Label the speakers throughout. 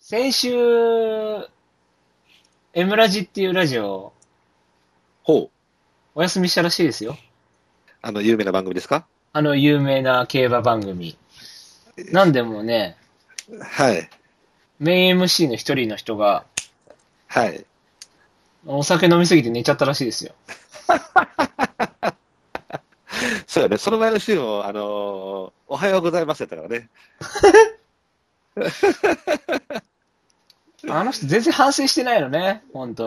Speaker 1: 先週、エムラジっていうラジオ、
Speaker 2: ほう。
Speaker 1: お休みしたらしいですよ。
Speaker 2: あの、有名な番組ですか
Speaker 1: あの有名な競馬番組。なんでもね、
Speaker 2: はい。
Speaker 1: メイン MC の一人の人が、
Speaker 2: はい。
Speaker 1: お酒飲みすぎて寝ちゃったらしいですよ。
Speaker 2: そうやね。その前の週も、あのーおはようございますやったからね。
Speaker 1: あの人全然反省してないのね、ほ んと。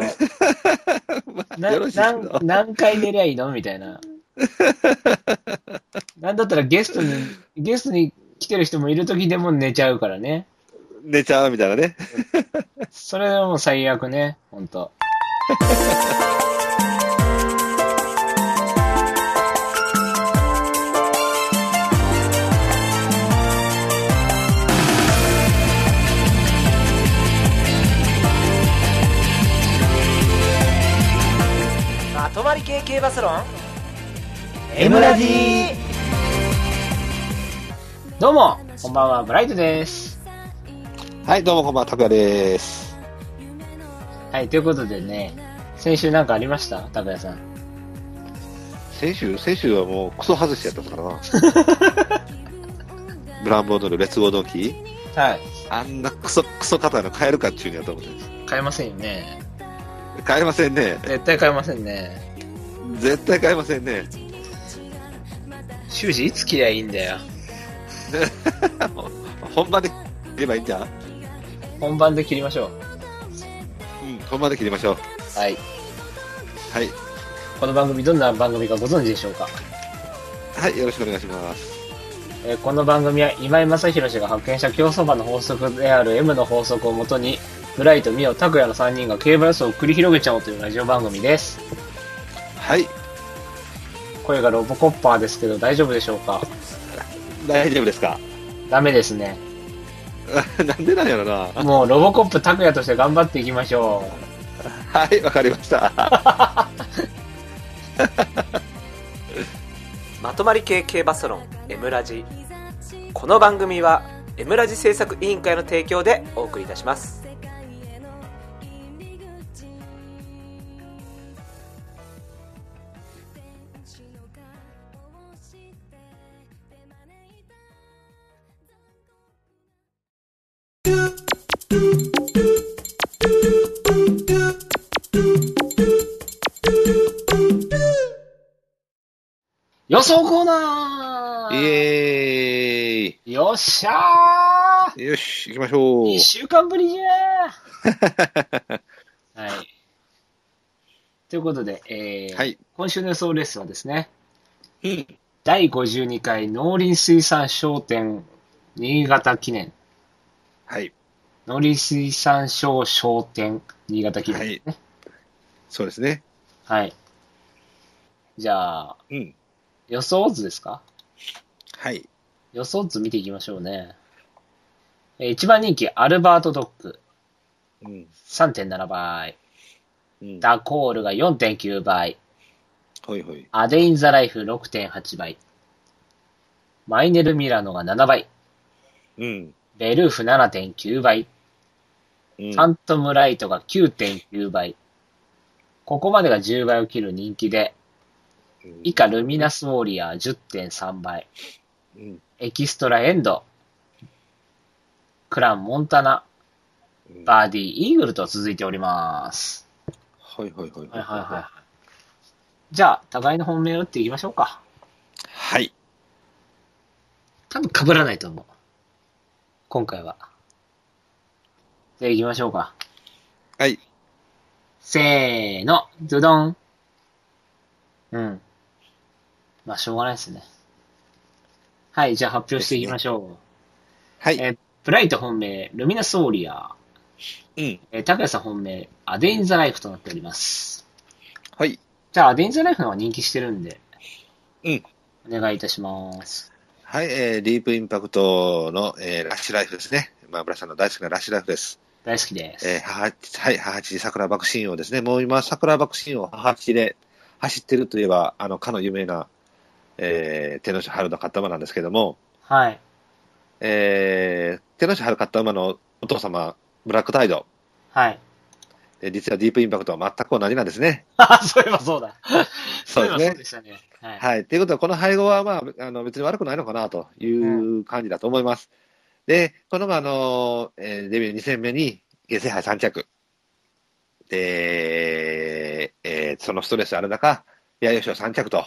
Speaker 2: まあ、
Speaker 1: な
Speaker 2: よろしいけ
Speaker 1: なん
Speaker 2: ど。
Speaker 1: 何回寝りゃいいのみたい な。なんだったらゲストに、ゲストに来てる人もいる時でも寝ちゃうからね。
Speaker 2: 寝ちゃうみたいなね。
Speaker 1: それはもう最悪ね、ほんと。
Speaker 3: まとまり系系バスロン
Speaker 1: エムラジどうも、こんばんは、ブライトです。
Speaker 2: はい、どうもこんばんは、拓也です。
Speaker 1: はい、ということでね、先週なんかありました拓也さん。
Speaker 2: 先週、先週はもうクソ外しやったからな。 ブランボードル、劣合ドンキー。
Speaker 1: はい。
Speaker 2: あんなクソ、クソ硬いの買えるかっちゅうにやと思って。
Speaker 1: 買えませんよね。
Speaker 2: 買えませんね。
Speaker 1: 絶対買えませんね。
Speaker 2: 絶対買えませんね。
Speaker 1: 修士いつ切りゃいいんだよ。
Speaker 2: 本番で切ればいいんじゃんう
Speaker 1: 本番で切りましょう。
Speaker 2: ん、本番で切りましょう。
Speaker 1: はい。
Speaker 2: はい。
Speaker 1: この番組どんな番組かご存知でしょうか、
Speaker 2: はい、よろしくお願いします。
Speaker 1: えーこの番組は今井正弘氏が発見した競走馬の法則である M の法則をもとに、ブライト、ミオ、拓也の3人が競馬予想を繰り広げちゃおうというラジオ番組です。
Speaker 2: はい、
Speaker 1: 声がロボコッパーですけど大丈夫でしょうか
Speaker 2: 大丈夫ですか
Speaker 1: ダメですね。
Speaker 2: なんでなんやろな。
Speaker 1: もうロボコップ拓也として頑張っていきましょ
Speaker 2: はい、わかりました。
Speaker 3: まとまり系系バスロンエムラジこの番組はエムラジ制作委員会の提供でお送りいたします
Speaker 1: う。予想コーナ
Speaker 2: イ
Speaker 1: ー
Speaker 2: エ
Speaker 1: よっしゃ
Speaker 2: ーイよし、行きましょ
Speaker 1: ー
Speaker 2: う。
Speaker 1: !1 週間ぶりじゃーはい。ということで、えー
Speaker 2: はい。
Speaker 1: 今週の予想レースはですね、
Speaker 2: うん。
Speaker 1: 第52回農林水産商店新潟記念、
Speaker 2: はい。
Speaker 1: 農林水産省商店新潟記念
Speaker 2: は
Speaker 1: です
Speaker 2: い
Speaker 1: ね。。
Speaker 2: そうですね。
Speaker 1: はい。じゃあ、
Speaker 2: うん。
Speaker 1: 予想図ですか
Speaker 2: はい。
Speaker 1: 予想図見ていきましょうね。えー一番人気、アルバートドッグ、
Speaker 2: うん。
Speaker 1: 3.7倍。
Speaker 2: うん。
Speaker 1: ダコールが4.9倍。
Speaker 2: ほいほい。
Speaker 1: アデイン・ザ・ライフ6.8倍。マイネル・ミラノが7倍。
Speaker 2: うん。
Speaker 1: ベルーフ7.9倍。
Speaker 2: うん
Speaker 1: ファントム・ライトが9.9倍。ここまでが10倍を切る人気で、以下、ルミナス・ウォリアー10.3倍。
Speaker 2: うん。
Speaker 1: エキストラ・エンド。クラン・モンタナ。
Speaker 2: うん
Speaker 1: バーディー・イーグルと続いております。
Speaker 2: ほいほいほい。
Speaker 1: はいはいはい。じゃあ、互いの本命を打っていきましょうか。
Speaker 2: い。はい。
Speaker 1: 多分被らないと思う。今回は。じゃあ行きましょうか。
Speaker 2: はい。
Speaker 1: せーの、ズドン。うん。まあ、しょうがないですね。はい、じゃあ発表していきましょ
Speaker 2: は
Speaker 1: う。
Speaker 2: い。
Speaker 1: えーブライト本命、ルミナスウォリアー。
Speaker 2: うん。
Speaker 1: えー、高谷さん本命、アデインザライフとなっております。
Speaker 2: はい。
Speaker 1: じゃあ、アデインザライフの方が人気してるんで、
Speaker 2: うん。
Speaker 1: お願いいたします。
Speaker 2: はい、えー、ディープインパクトの、えー、ラッシュライフですね。まあ、村さんの大好きなラッシュライフです。
Speaker 1: 大好きです。
Speaker 2: えー、母、はい、母父桜爆心王ですね。もう今、桜爆心王、母父で走ってるといえば、あの、かの有名な、えー、手の内春の勝った馬なんですけども、
Speaker 1: はい。
Speaker 2: えー、手の内春勝った馬のお父様、ブラックタイド。
Speaker 1: はい。
Speaker 2: え実はディープインパクトは全く同じなんですね。
Speaker 1: あそういえばそうだ。
Speaker 2: そうです
Speaker 1: いえばそう
Speaker 2: ね。
Speaker 1: でしたね。はい。
Speaker 2: はい。ということは、この配合は、まあ、あの別に悪くないのかなという感じだと思います。で、この、あの、えーデビュー2戦目に、下世杯3着。で、えーそのストレスある中、弥生賞3着と。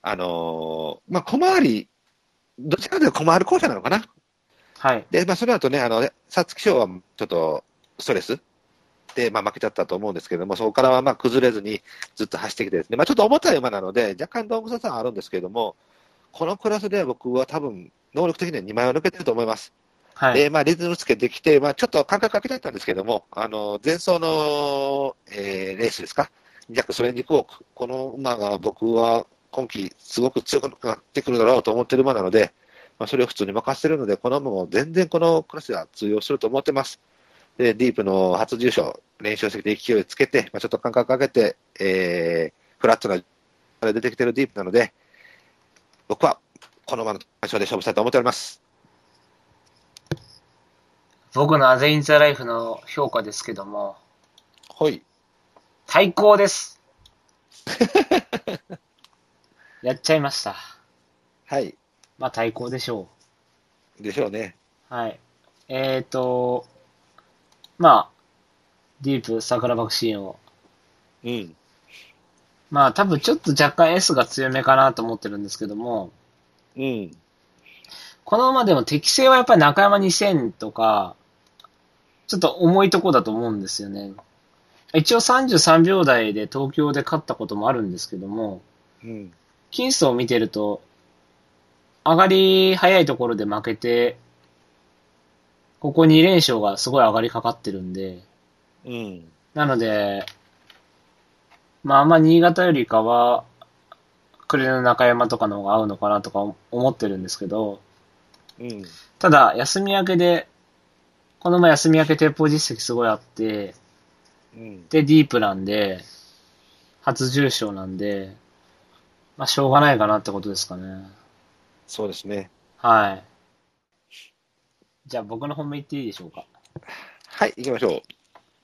Speaker 2: あのーまあ、小回り、どちらかというと小回り校舎なのかな。
Speaker 1: はい。
Speaker 2: で、まあ、その後ね、あの、皐月賞はちょっとストレスで、まあ、負けちゃったと思うんですけども、そこからはまあ崩れずにずっと走ってきてですね、まあ、ちょっと重たい馬なので、若干どんぐささはあるんですけども、このクラスでは僕は多分、能力的には2枚は抜けてると思います。
Speaker 1: はい。
Speaker 2: で、まあ、リズムつけてきて、まあ、ちょっと感覚かけちゃったんですけども、あの、前走の、えーレースですか、弱ソレンジコーク、この馬が僕は今季すごく強くなってくるだろうと思ってる馬なので、まあ、それを普通に任せてるので、この馬も全然このクラスでは通用すると思ってます。で、ディープの初重賞、連勝してきて勢いつけて、まあ、ちょっと感覚かけて、えーフラットな、から出てきてるディープなので、僕はこの馬の勝で勝負したいと思っております。
Speaker 1: 僕のアゼインザライフの評価ですけども、
Speaker 2: はい。
Speaker 1: 対抗です。やっちゃいました。
Speaker 2: はい。
Speaker 1: まあ対抗でしょ
Speaker 2: でしょうね。
Speaker 1: う。はい。えっ、ー、と、まあ、ディープ桜爆心を。
Speaker 2: うん。
Speaker 1: まあ多分ちょっと若干 S が強めかなと思ってるんですけども、
Speaker 2: うん。
Speaker 1: このままでも適性はやっぱり中山2000とか、ちょっと重いとこだと思うんですよね。一応33秒台で東京で勝ったこともあるんですけども、
Speaker 2: うん。
Speaker 1: 金スを見てると、上がり早いところで負けて、ここ2連勝がすごい上がりかかってるんで、
Speaker 2: うん。
Speaker 1: なので、まああんま新潟よりかは、暮れの中山とかの方が合うのかなとか思ってるんですけど、
Speaker 2: うん。
Speaker 1: ただ休み明けで、この前休み明け鉄砲実績すごいあって、
Speaker 2: うん。
Speaker 1: で、ディープなんで、初重賞なんで、まあしょうがないかなってことですかね。
Speaker 2: そうですね。
Speaker 1: はい。じゃあ僕の本命言っていいでしょうか。
Speaker 2: はい、行きましょ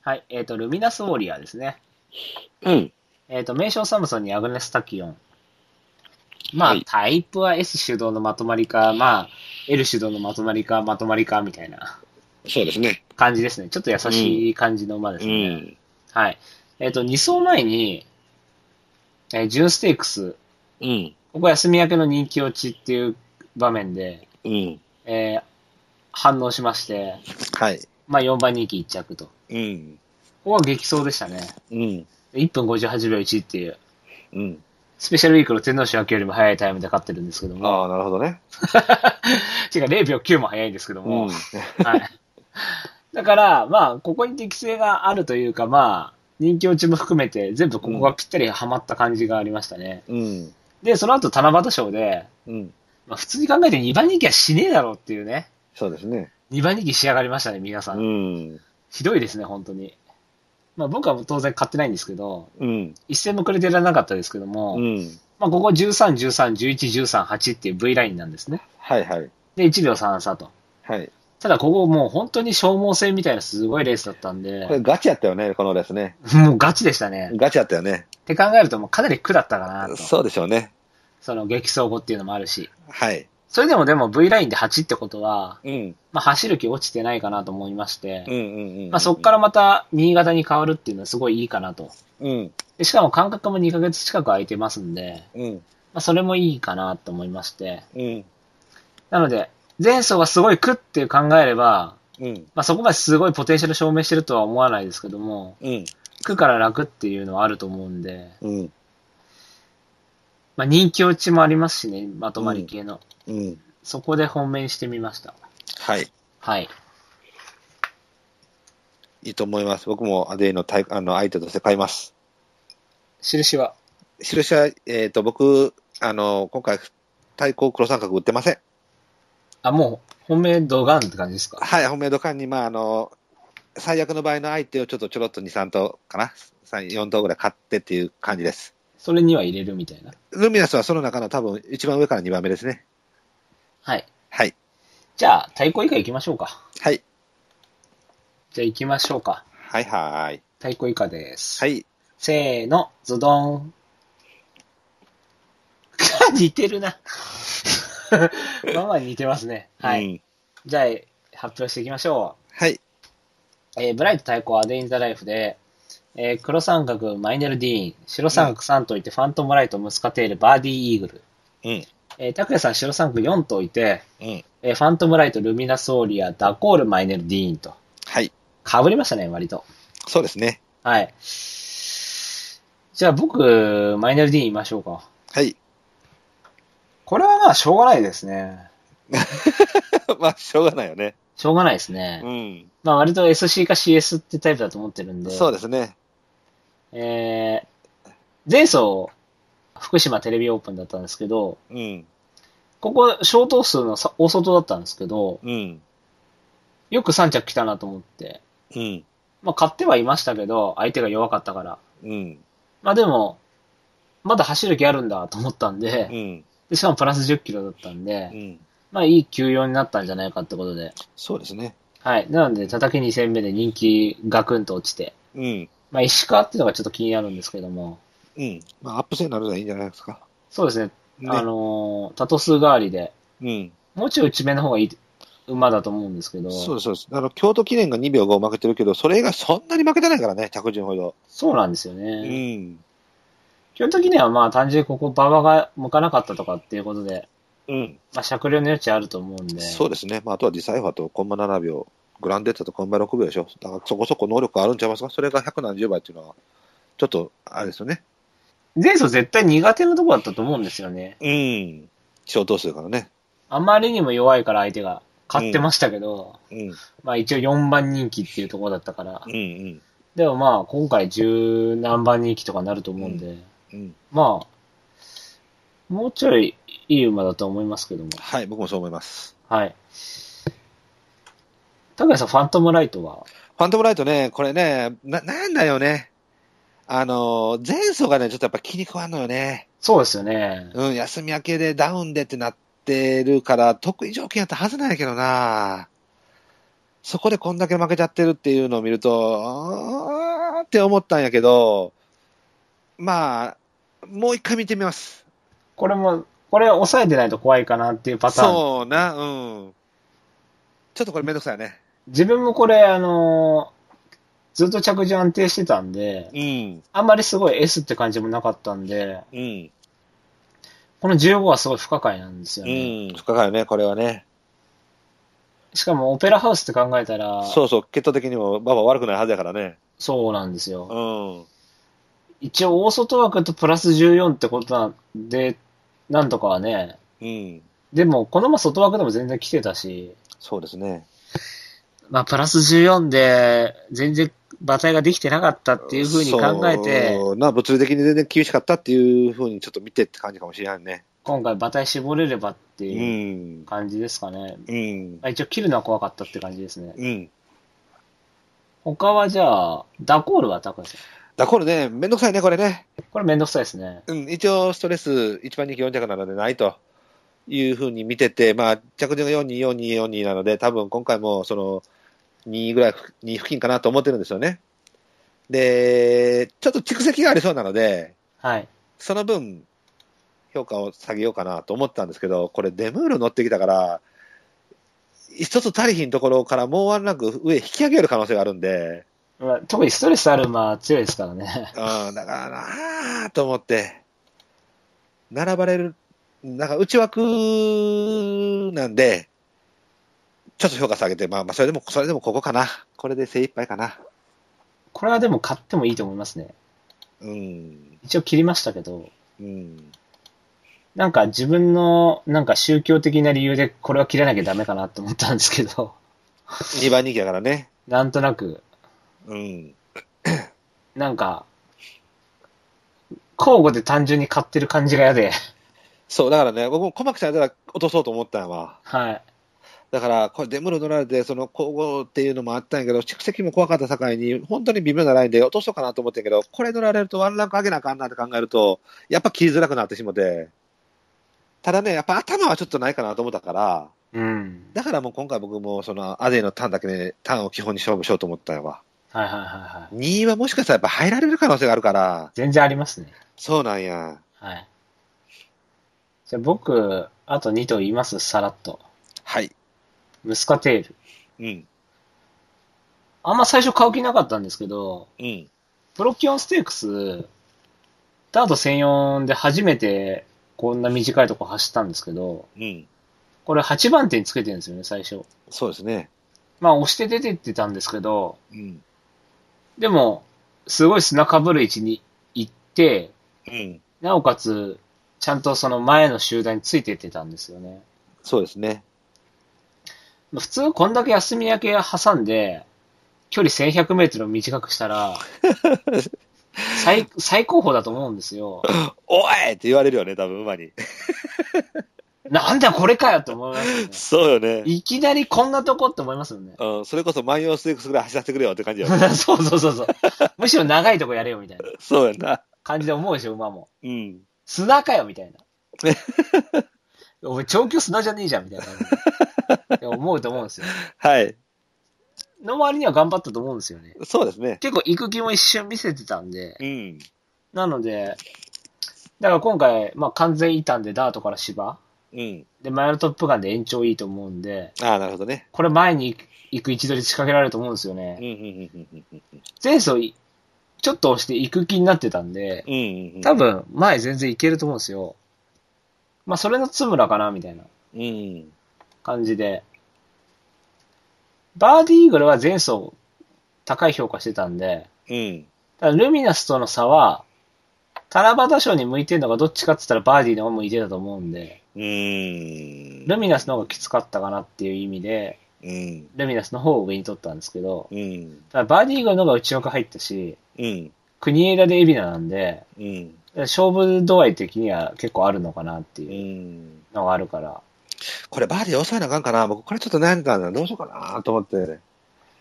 Speaker 1: はい。えっ、と、ルミナスウォリアーですね。
Speaker 2: う。うん。
Speaker 1: えっ、と、名称サムソンにアグネスタキオン。まあ、
Speaker 2: はい
Speaker 1: タイプは S 主導のまとまりか、まあ、L 主導のまとまりか、まとまりか、みたいな
Speaker 2: そうですね。
Speaker 1: 感じですね。ちょっと優しい感じの馬です
Speaker 2: う
Speaker 1: ね。
Speaker 2: ん。
Speaker 1: はい。えっ、と、2走前に、えー、ジュンステークス、
Speaker 2: うん。
Speaker 1: ここ休み明けの人気落ちっていう場面で、
Speaker 2: うん。
Speaker 1: えー反応しまして、
Speaker 2: はい。
Speaker 1: まあ4番人気1着と。
Speaker 2: うん。
Speaker 1: ここは激走でしたね。
Speaker 2: うん。
Speaker 1: 1分58秒1っていう、
Speaker 2: うん。
Speaker 1: スペシャルウィークの天皇賞明けよりも早いタイムで勝ってるんですけども、
Speaker 2: ああ、なるほどね。
Speaker 1: てか0秒9も早いんですけども、
Speaker 2: う
Speaker 1: はい。だから、まあ、ここに適性があるというか、まあ、人気落ちも含めて、全部ここがぴったりハマった感じがありましたね。
Speaker 2: ん。うん。
Speaker 1: で、その後七夕賞で、
Speaker 2: うん。
Speaker 1: まあ、普通に考えて2番人気はしねえだろうっていうね、
Speaker 2: そうですね。
Speaker 1: 2番人気仕上がりましたね、皆さん。
Speaker 2: うん。
Speaker 1: ひどいですね、本当に。まあ、僕はもう当然買ってないんですけど、
Speaker 2: うん。
Speaker 1: 一戦もくれてられなかったですけども、
Speaker 2: うん。
Speaker 1: まあ、ここ13、13、11、13、8っていう V ラインなんですね。
Speaker 2: はいはい。
Speaker 1: で、1秒3差と。
Speaker 2: はい。
Speaker 1: ただ、ここもう本当に消耗戦みたいなすごいレースだったんで
Speaker 2: こ、れガチやったよね、このですね。
Speaker 1: もうガチでしたね。
Speaker 2: ガチやったよね。
Speaker 1: って考えると、もうかなり苦だったかなと。
Speaker 2: そうでしょうね。
Speaker 1: その激走後っていうのもあるし。
Speaker 2: はい。
Speaker 1: それでもでも V ラインで8ってことは、
Speaker 2: うん。
Speaker 1: まあ、走る気落ちてないかなと思いまして、
Speaker 2: うんうんうん。
Speaker 1: まあ、そこか。らまた新潟に変わるっていうのはすごいいいかなと。
Speaker 2: うん。
Speaker 1: でしかも間隔も2ヶ月近く空いてますんで、
Speaker 2: うん。
Speaker 1: まあ、それもいいかなと思いまして。
Speaker 2: うん。
Speaker 1: なので、前走がすごい苦って考えれば、
Speaker 2: うん。
Speaker 1: まあ、そこまですごいポテンシャル証明してるとは思わないですけども、
Speaker 2: うん。
Speaker 1: 苦から楽っていうのはあると思うんで、
Speaker 2: うん。
Speaker 1: まあ、人気落ちもありますしね、まとまり系の。
Speaker 2: うん。
Speaker 1: そこで本命にしてみました。
Speaker 2: はい。
Speaker 1: はい。
Speaker 2: いいと思います。僕もアデイの対あの相手として買います。
Speaker 1: 印は
Speaker 2: 印は、えっ、と、僕、あの、今回、対抗黒三角売ってません。
Speaker 1: あ、もう、本命ドガンって感じですか
Speaker 2: はい、本命土管に、まあ、あの、最悪の場合の相手をちょっとちょろっと2、3頭かな、3 4頭ぐらい買ってっていう感じです。
Speaker 1: それには入れるみたいな。
Speaker 2: ルミナスはその中の多分一番上から2番目ですね。
Speaker 1: はい。
Speaker 2: はい。
Speaker 1: じゃあ、対抗以下行きましょうか。
Speaker 2: はい。
Speaker 1: じゃあ行きましょうか。
Speaker 2: はいはい。
Speaker 1: 太鼓以下です。
Speaker 2: はい。
Speaker 1: せーの、ズドン。 似てるな。 まあまあ似てますね。はい。
Speaker 2: うん
Speaker 1: じゃあ、発表していきましょ
Speaker 2: はい。
Speaker 1: う。えーブライト対抗アデイン・ザ・ライフで、えー黒三角、マイネル・ディーン、白三角3といて、ファントム・ライト、ムスカテール、バーディー・イーグル。
Speaker 2: うん。
Speaker 1: えー、拓也さん、白三角4といて、
Speaker 2: うん。
Speaker 1: えーファントム・ライト、ルミナ・ソーリア、ダコール、マイネル・ディーンと。
Speaker 2: はい。
Speaker 1: かぶりましたね、割と。
Speaker 2: そうですね。
Speaker 1: はい。じゃあ僕、マイナル D 言いましょうか。
Speaker 2: はい。
Speaker 1: これはまあ、しょうがないですね。
Speaker 2: まあ、しょうがないよね。
Speaker 1: しょうがないですね。
Speaker 2: うん。
Speaker 1: まあ、割と SC か CS ってタイプだと思ってるんで。
Speaker 2: そう
Speaker 1: で
Speaker 2: ですね。
Speaker 1: す。えー前走、福島テレビオープンだったんですけど、
Speaker 2: うん。
Speaker 1: ここ、小頭数のさ大外だったんですけど、
Speaker 2: うん。
Speaker 1: よく3着来たなと思って。
Speaker 2: うん。
Speaker 1: まあ、勝ってはいましたけど、相手が弱かったから。
Speaker 2: うん。
Speaker 1: まあ、でも、まだ走る気あるんだと思ったんで、
Speaker 2: うん。
Speaker 1: でしかもプラス10キロだったんで、
Speaker 2: うん。
Speaker 1: まあ、いい休養になったんじゃないかってことで。
Speaker 2: そうですね。
Speaker 1: はい。なので、叩き2戦目で人気ガクンと落ちて。
Speaker 2: うん。
Speaker 1: まあ、石川っていうのがちょっと気になるんですけども。
Speaker 2: うん。まあ、アップ性になるのはいいんじゃないですか。
Speaker 1: そうですね。
Speaker 2: ね。
Speaker 1: あのー多頭数代わりで、
Speaker 2: うん。
Speaker 1: もうちょい内目の方がいい馬だと思うんですけど。
Speaker 2: そうですそうです。あの、京都記念が2秒5負けてるけど、それ以外そんなに負けてないからね、着順ほど。
Speaker 1: そうなんですよ
Speaker 2: う
Speaker 1: ね。
Speaker 2: ん。
Speaker 1: 基本的にはまあ、単純にここ馬場が向かなかったとかっていうことで、
Speaker 2: うん。
Speaker 1: まあ、酌量の余地あると思うんで。
Speaker 2: そうですね。まあ、あとはディサイファーとコンマ7秒、グランデッタとコンマ6秒でしょ。だからそこそこ能力あるんちゃいますかそれが100何十倍っていうのは、ちょっと、あれですよね。
Speaker 1: 前走絶対苦手なとこだったと思うんですよね。
Speaker 2: うん。小頭数からね。
Speaker 1: あまりにも弱いから相手が勝ってましたけど。
Speaker 2: うん。
Speaker 1: まあ一応4番人気っていうところだったから
Speaker 2: う、ん
Speaker 1: でもまあ今回10何番人気とかになると思うんで、
Speaker 2: うん。うん。
Speaker 1: まあ、もうちょいいい馬だと思いますけども。
Speaker 2: はい、僕もそう思います。
Speaker 1: はい。高橋さん、ファントムライトは
Speaker 2: ファントムライトね、これね、な、なんだよね。あの、前走がね、ちょっとやっぱ気に食わんのよね。
Speaker 1: そうですよね。
Speaker 2: うん、休み明けでダウンでってなってるから、得意条件やったはずなんやけどな。そこでこんだけ負けちゃってるっていうのを見ると、あーって思ったんやけど、まあ、もう一回見てみます。
Speaker 1: これも、これ抑えてないと怖いかなっていうパターン。
Speaker 2: そうな、うん。ちょっとこれめんどくさいね。
Speaker 1: 自分もこれ、あのーずっと着順安定してたんで、
Speaker 2: うん、
Speaker 1: あんまりすごい S って感じもなかったんで、
Speaker 2: うん、
Speaker 1: この15はすごい不可解なんですよ
Speaker 2: う
Speaker 1: ね。
Speaker 2: ん。深かいよね、これはね。
Speaker 1: しかもオペラハウスって考えたら、そう
Speaker 2: そうそう、血統的にもババ悪くないはずやからね。
Speaker 1: なんですよ。
Speaker 2: うん、
Speaker 1: 一応大外枠とプラス14ってことなんで、なんとかはね、
Speaker 2: うん。
Speaker 1: でもこのまま外枠でも全然来てたし、
Speaker 2: そうですね。
Speaker 1: まあプラス14で全然馬体ができてなかったっていうふうに考えて、
Speaker 2: そうな物理的に全然厳しかったっていうふうにちょっと見てって感じかもしれないね。
Speaker 1: 今回馬体絞れればって
Speaker 2: う。
Speaker 1: いうん感じですかね。
Speaker 2: うん。
Speaker 1: あ一応切るのは怖かったって感じですね。
Speaker 2: うん。
Speaker 1: 他はじゃあ、ダコールは高橋さん。
Speaker 2: だ、これね、めんどくさいね、これね。
Speaker 1: これめんどくさいですね。
Speaker 2: うん。一応、ストレス一番人気4着なのでないというふうに見てて、まあ、着順が4、2、4、2、4、2なので、多分今回もその2ぐらい、2付近かなと思ってるんですよね。で、ちょっと蓄積がありそうなので、
Speaker 1: はい。
Speaker 2: その分、評価を下げようかなと思ったんですけど、これ、デムール乗ってきたから、一つ足りひんところからもうワンランク上引き上げる可能性があるんで、
Speaker 1: まあ特にストレスある馬は強いですからね。
Speaker 2: うん、だからなあと思って、並ばれる、なんか内枠なんで、ちょっと評価下げて、まあまあ、それでも、それでもここかな。これで精一杯かな。
Speaker 1: これはでも買ってもいいと思いますね。
Speaker 2: うん、
Speaker 1: 一応切りましたけど、
Speaker 2: うん、
Speaker 1: なんか自分のなんか宗教的な理由でこれは切らなきゃダメかなって思ったんですけど、
Speaker 2: 2番人気だからね。
Speaker 1: なんとなく、
Speaker 2: うん、
Speaker 1: なんか、交互で単純に買ってる感じが嫌で、
Speaker 2: そう、だからね、僕も小牧さんやったら落とそうと思ったんやわ。
Speaker 1: はい。
Speaker 2: だから、これ、デムロ乗られて、その、交互っていうのもあったんやけど、蓄積も怖かった境に、本当に微妙なラインで落とそうかなと思ってんけど、これ乗られるとワンランク上げなあかんなって考えると、やっぱ切りづらくなってしもて、ただね、やっぱ頭はちょっとないかなと思ったから、
Speaker 1: うん。
Speaker 2: だからもう今回僕もそのアデイのターンだけね、ターンを基本に勝負しようと思ったよわ。
Speaker 1: はいはいはいはい。
Speaker 2: 2位はもしかしたらやっぱ入られる可能性があるから、
Speaker 1: 全然ありますね。
Speaker 2: そうなんや。
Speaker 1: はい。じゃあ僕、あと2頭言います、さらっと。
Speaker 2: はい。
Speaker 1: ムスカテール。
Speaker 2: うん。
Speaker 1: あんま最初買う気なかったんですけど、
Speaker 2: うん。
Speaker 1: プロキオンステークス、ダート専用で初めてこんな短いとこ走ったんですけど、
Speaker 2: うん。
Speaker 1: これ8番手につけてるんですよね、最初。
Speaker 2: そうですね。
Speaker 1: まあ押して出てってたんですけど、
Speaker 2: うん。
Speaker 1: でも、すごい砂かぶる位置に行って、
Speaker 2: うん。
Speaker 1: なおかつ、ちゃんとその前の集団についていってたんですよね。
Speaker 2: そうですね。
Speaker 1: 普通、こんだけ休み明け挟んで、距離1100メートルを短くしたら、最、最高峰だと思うんですよ。
Speaker 2: おいって言われるよね、多分馬に。
Speaker 1: なんだこれかよって思いますよね。
Speaker 2: そうよ ね。
Speaker 1: いきなりこんなとこって思いますよね。
Speaker 2: うん、それこそ万葉ステークスぐらい走らせてくれよって感じよね。
Speaker 1: そうそうそうそう。むしろ長いとこやれよみたいな
Speaker 2: そうやんな。
Speaker 1: 感じで思うでしょ、馬も。
Speaker 2: うん。
Speaker 1: 砂かよみたいな。お前、長距離砂じゃねえじゃんみたいな感じで。思うと思うんですよ。
Speaker 2: はい。
Speaker 1: の割には頑張ったと思うんですよね。
Speaker 2: そうですね。
Speaker 1: 結構行く気も一瞬見せてたんで、
Speaker 2: うん。
Speaker 1: なので、だから今回、まあ完全異端でダートから芝、
Speaker 2: うん。
Speaker 1: で、前のトップガンで延長いいと思うんで、
Speaker 2: ああ、なるほどね。
Speaker 1: これ前に行く位置取り仕掛けられると思うんですよ
Speaker 2: う
Speaker 1: ね
Speaker 2: ん。うんうんうんうん
Speaker 1: 前走い、ちょっと押して行く気になってたんで、
Speaker 2: うんうん。
Speaker 1: 多分前全然行けると思うんですよ。まあそれの津村かな、みたいな
Speaker 2: うん。
Speaker 1: 感じで。バーディーイーグルは前走高い評価してたんで、
Speaker 2: うん。
Speaker 1: ただルミナスとの差は、七夕賞に向いてるのがどっちかって言ったらバーディーの方が向いてたと思うんで、
Speaker 2: うん。
Speaker 1: ルミナスの方がきつかったかなっていう意味で、
Speaker 2: うん。
Speaker 1: ルミナスの方を上に取ったんですけど、
Speaker 2: うん。
Speaker 1: ただバーディーイーグルの方が内枠入ったし、
Speaker 2: うん。
Speaker 1: 国枝で海老名なんで、
Speaker 2: うん。
Speaker 1: 勝負度合い的には結構あるのかなって
Speaker 2: う。
Speaker 1: いうんのがあるから。
Speaker 2: これバーディー抑えなあかんかな。僕これちょっと悩んでたんだ。どうしようかなと思って。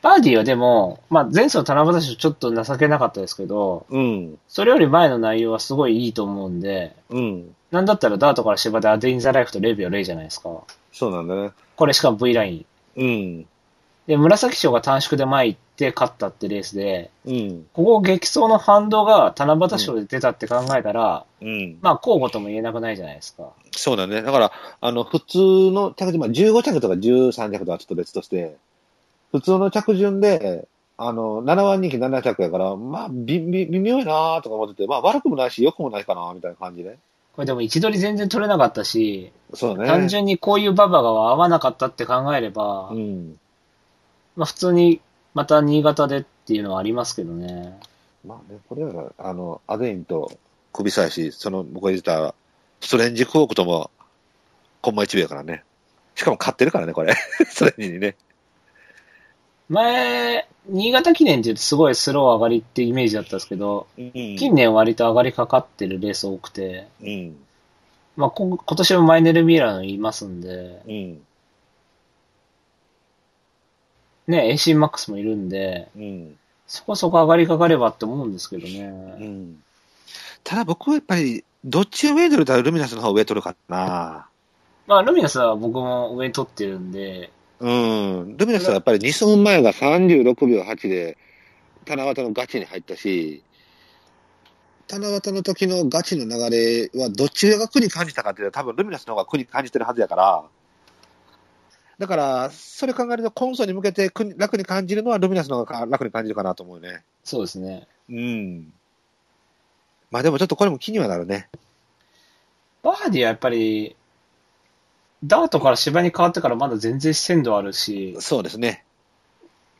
Speaker 1: バーディーはでも、まあ前走の七夕賞ちょっと情けなかったですけど、
Speaker 2: うん。
Speaker 1: それより前の内容はすごいいいと思うんで、
Speaker 2: うん。
Speaker 1: なんだったらダートから芝でアデインザライフとレビューレイじゃないですか。
Speaker 2: そうなんだね。
Speaker 1: これしかも V ライン。
Speaker 2: うん。
Speaker 1: で、紫賞が短縮で前行って勝ったってレースで、
Speaker 2: うん。
Speaker 1: ここ激走の反動が七夕賞で出たって考えたら、
Speaker 2: うん。
Speaker 1: まあ候補とも言えなくないじゃないですか。
Speaker 2: そうだね。だから、あの、普通の着順、まあ、15着とか13着とかちょっと別として、普通の着順で、あの、7番人気7着やから、まあ、びび微妙やなとか思ってて、まあ、悪くもないし、良くもないかなみたいな感じで。
Speaker 1: これでも位置取り全然取れなかったし、
Speaker 2: そうだね。
Speaker 1: 単純にこういうババが合わなかったって考えれば、
Speaker 2: うん。
Speaker 1: まあ普通にまた新潟でっていうのはありますけどね。
Speaker 2: まあね、これは、あの、アデインと首さえし、その、僕が言ってた、ストレンジクォークとも、コンマ1秒やからね。しかも勝ってるからね、これ。 ストレンジにね。
Speaker 1: 前、新潟記念って言うとすごいスロー上がりってイメージだったんですけど、
Speaker 2: うん。
Speaker 1: 近年割と上がりかかってるレース多くて、
Speaker 2: うん。
Speaker 1: まあこ今年もマイネル・ミラーのいますんで、
Speaker 2: うん。
Speaker 1: ね、AC マックスもいるんで、
Speaker 2: うん。
Speaker 1: そこそこ上がりかかればって思うんですけどね。
Speaker 2: うんただ僕はやっぱり、どっちを上取るたらルミナスの方を上取るかな。
Speaker 1: まあ、ルミナスは僕も上に取ってるんで、
Speaker 2: うん。ルミナスはやっぱり2走前が36秒8で、七夕のガチに入ったし、七夕の時のガチの流れはどっちが苦に感じたかっていうと多分ルミナスの方が苦に感じてるはずやから、だから、それ考えると、今走に向けて苦に楽に感じるのはルミナスの方が楽に感じるかなと思うね。
Speaker 1: そうですね。
Speaker 2: うん。まあでもちょっとこれも気にはなるね。
Speaker 1: バーディーはやっぱり、ダートから芝に変わってからまだ全然鮮度あるし、
Speaker 2: そうですね。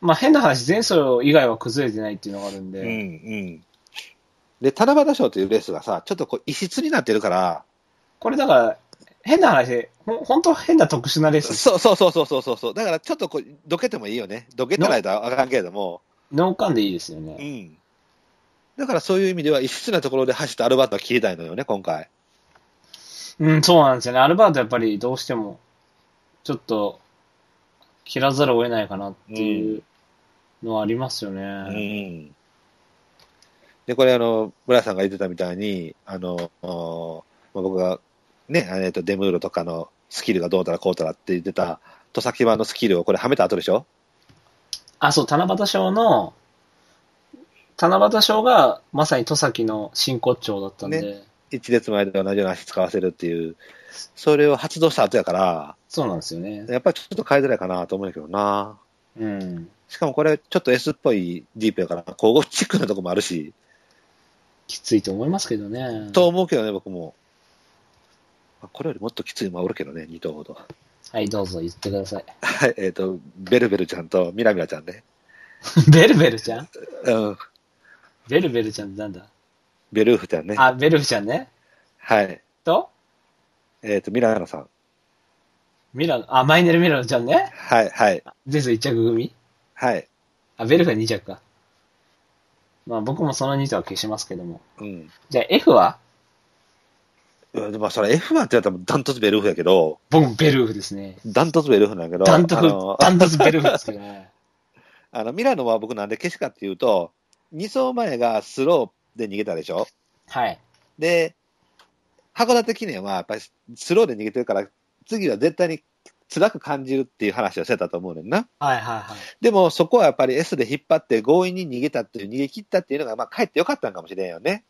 Speaker 1: まあ変な話、前走以外は崩れてないっていうのがあるんで、
Speaker 2: うんうん。で、七夕賞というレースがさ、ちょっとこう異質になってるから、
Speaker 1: これだから、変な話、ほん本当変な特殊なレース、
Speaker 2: そうそうそうそうそうそうそう、だからちょっとこう、どけてもいいよね。どけてないとあかんけれども、
Speaker 1: ノーカンでいいですよ
Speaker 2: う
Speaker 1: ね。
Speaker 2: ん。だからそういう意味では、異質なところで走ったアルバートは切りたいのよね、今回。
Speaker 1: うん、そうなんですよね。アルバートやっぱりどうしても、ちょっと、切らざるを得ないかなっていうのはありますよね。
Speaker 2: ん。で、これ、あの、村井さんが言ってたみたいに、あの、おまあ僕がね、えっと、デムーロとかのスキルがどうたらこうたらって言ってた、戸崎版のスキルをこれはめた後でしょ
Speaker 1: あ、そう、七夕賞の、七夕賞がまさに戸崎の真骨頂だったんで、
Speaker 2: 一列前で同じような足使わせるっていう、それを発動した後やから、
Speaker 1: そうなんですよね。
Speaker 2: やっぱりちょっと変えづらいかなと思うけどな。
Speaker 1: うん。
Speaker 2: しかもこれ、ちょっと S っぽいディープやから、こうゴチックなとこもあるし、
Speaker 1: きついと思いますけどね。
Speaker 2: と思うけどね、僕も。まあこれよりもっときついのもおるけどね、2頭ほど。
Speaker 1: はい、どうぞ言ってください。
Speaker 2: はい、えっ、と、ベルベルちゃんとミラミラちゃんね。
Speaker 1: ベルベルちゃん
Speaker 2: うん、
Speaker 1: ベルベルちゃんってなんだ
Speaker 2: ベルーフちゃんね。
Speaker 1: あ、ベルフちゃんね。
Speaker 2: はい。
Speaker 1: と、
Speaker 2: えっ、と、ミラノさん。
Speaker 1: ミラノ、あ、マイネル・ミラノちゃんね。
Speaker 2: はい、はい、
Speaker 1: ゼス1着組
Speaker 2: はい。
Speaker 1: あ、ベルフが2着か。まあ僕もその2頭は消しますけども。
Speaker 2: うん。
Speaker 1: じゃあ F は
Speaker 2: うんでもそれ F1 ってやったらダントツベルーフやけど、
Speaker 1: 僕もベルフですね。
Speaker 2: ダントツベルーフなんやけど、
Speaker 1: ダント
Speaker 2: あの
Speaker 1: ツ、ダントツベルフですけど ね。
Speaker 2: あの、ミラノは僕なんで消しかっていうと、2走前がスローで逃げたでしょ
Speaker 1: はい。
Speaker 2: で、函館記念はやっぱりスローで逃げてるから、次は絶対に辛く感じるっていう話をしてたと思うねんな。
Speaker 1: はいはいはい。
Speaker 2: でもそこはやっぱり S で引っ張って強引に逃げたっていう、逃げ切ったっていうのが、まあ、かえってよかったんかもしれんよね。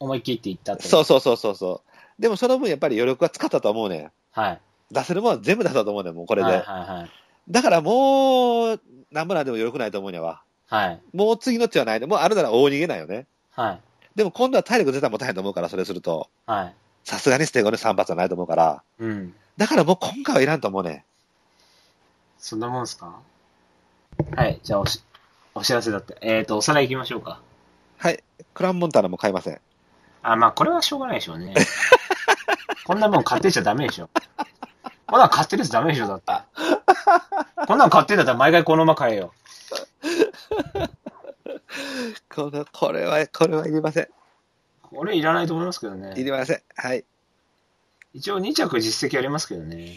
Speaker 1: 思い切っていったと。
Speaker 2: そうそうそうそうそう。でもその分やっぱり余力は使ったと思うねん。
Speaker 1: はい。
Speaker 2: 出せるもんは全部出したと思うねん、もう
Speaker 1: こ
Speaker 2: これで。
Speaker 1: はいはい
Speaker 2: だからもう、なんぼなんでも余力ないと思うんやわ。
Speaker 1: はい。はい。
Speaker 2: もう次の手はないで、もうあるなら大逃げないよね。
Speaker 1: はい。
Speaker 2: でも今度は体力出たらもう大変と思うから、それすると。
Speaker 1: はい。
Speaker 2: さすがにステゴで3発はないと思うから。
Speaker 1: うん。
Speaker 2: だからもう今回はいらんと思うね。
Speaker 1: そんなもんすかはい。じゃあおし、お知らせだって。えっ、ー、と、おさらい行きましょうか。
Speaker 2: はい。クランモンターナも買いません。
Speaker 1: あ、まあ、これはしょうがないでしょ うね。こんなもん買ってちゃダメでしょ。こんなん買ってるやつダメでしょ、だって。こんなん買ってんだったら毎回この馬買えよ。
Speaker 2: このこれは、これはいりません。
Speaker 1: 俺いらないと思いますけど
Speaker 2: い
Speaker 1: ね。
Speaker 2: りません。はい。
Speaker 1: 一応2着実績ありますけどね。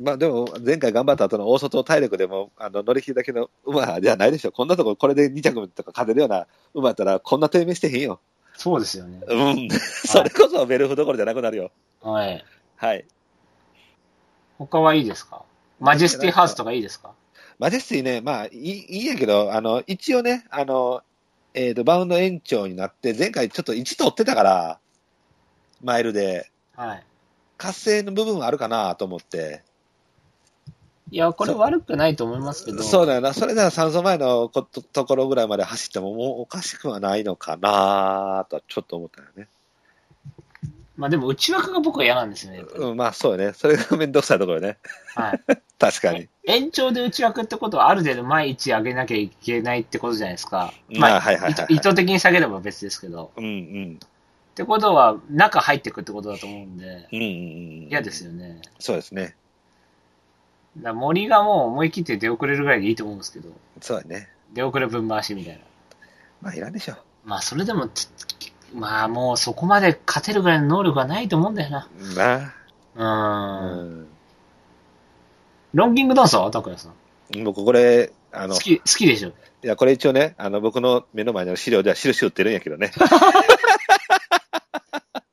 Speaker 2: まあでも、前回頑張った後の大外体力でも、あの、乗り切りだけの馬じゃないでしょ。こんなとこ、これで2着とか勝てるような馬やったら、こんな低迷してへんよ。
Speaker 1: そうですよね。
Speaker 2: うん。 それこそベルフどころじゃなくなるよ。
Speaker 1: はい。
Speaker 2: はい。
Speaker 1: 他はいいですかマジェスティハースとかいいですか
Speaker 2: マジェスティね、まあ、いい、いいやけど、あの、一応ね、あの、えっ、と、バウンド延長になって、前回ちょっと1取ってたから、マイルで、
Speaker 1: はい。
Speaker 2: 活性の部分はあるかなと思って。
Speaker 1: いや、これ悪くないと思いますけど。
Speaker 2: そうだよな。それなら3走前のことところぐらいまで走っても、もうおかしくはないのかなとはちょっと思ったよね。
Speaker 1: まあでも内枠が僕は嫌なんですよね。やっぱり
Speaker 2: うん、まあそうよね。それが面倒くさいところよね。
Speaker 1: はい。
Speaker 2: 確かに。
Speaker 1: 延長で内枠ってことはある程度毎日上げなきゃいけないってことじゃないですか。
Speaker 2: まあ、はいはい
Speaker 1: 意図
Speaker 2: は
Speaker 1: 意
Speaker 2: い、はい。
Speaker 1: 図的に下げれば別ですけど。
Speaker 2: うんうん。
Speaker 1: ってことは、中入ってくってことだと思うんで、
Speaker 2: うんうんうん。
Speaker 1: 嫌です。よね。
Speaker 2: そうですね。
Speaker 1: だから森がもう思い切って出遅れるぐらいでいいと思うんですけど、
Speaker 2: そうだね。
Speaker 1: 出遅れ分回しみたいな。
Speaker 2: まあいらんでしょう。
Speaker 1: まあ、それでも、つまあ、もうそこまで勝てるぐらいの能力はないと思うんだよ
Speaker 2: なあ。
Speaker 1: な。うん。
Speaker 2: うん
Speaker 1: ロンキングダンサーは拓也さん。
Speaker 2: 僕これ、あの、
Speaker 1: 好
Speaker 2: い
Speaker 1: き、好きでしょ。
Speaker 2: や、これ一応ね、あの、僕の目の前の資料では印打ってるんやけどね。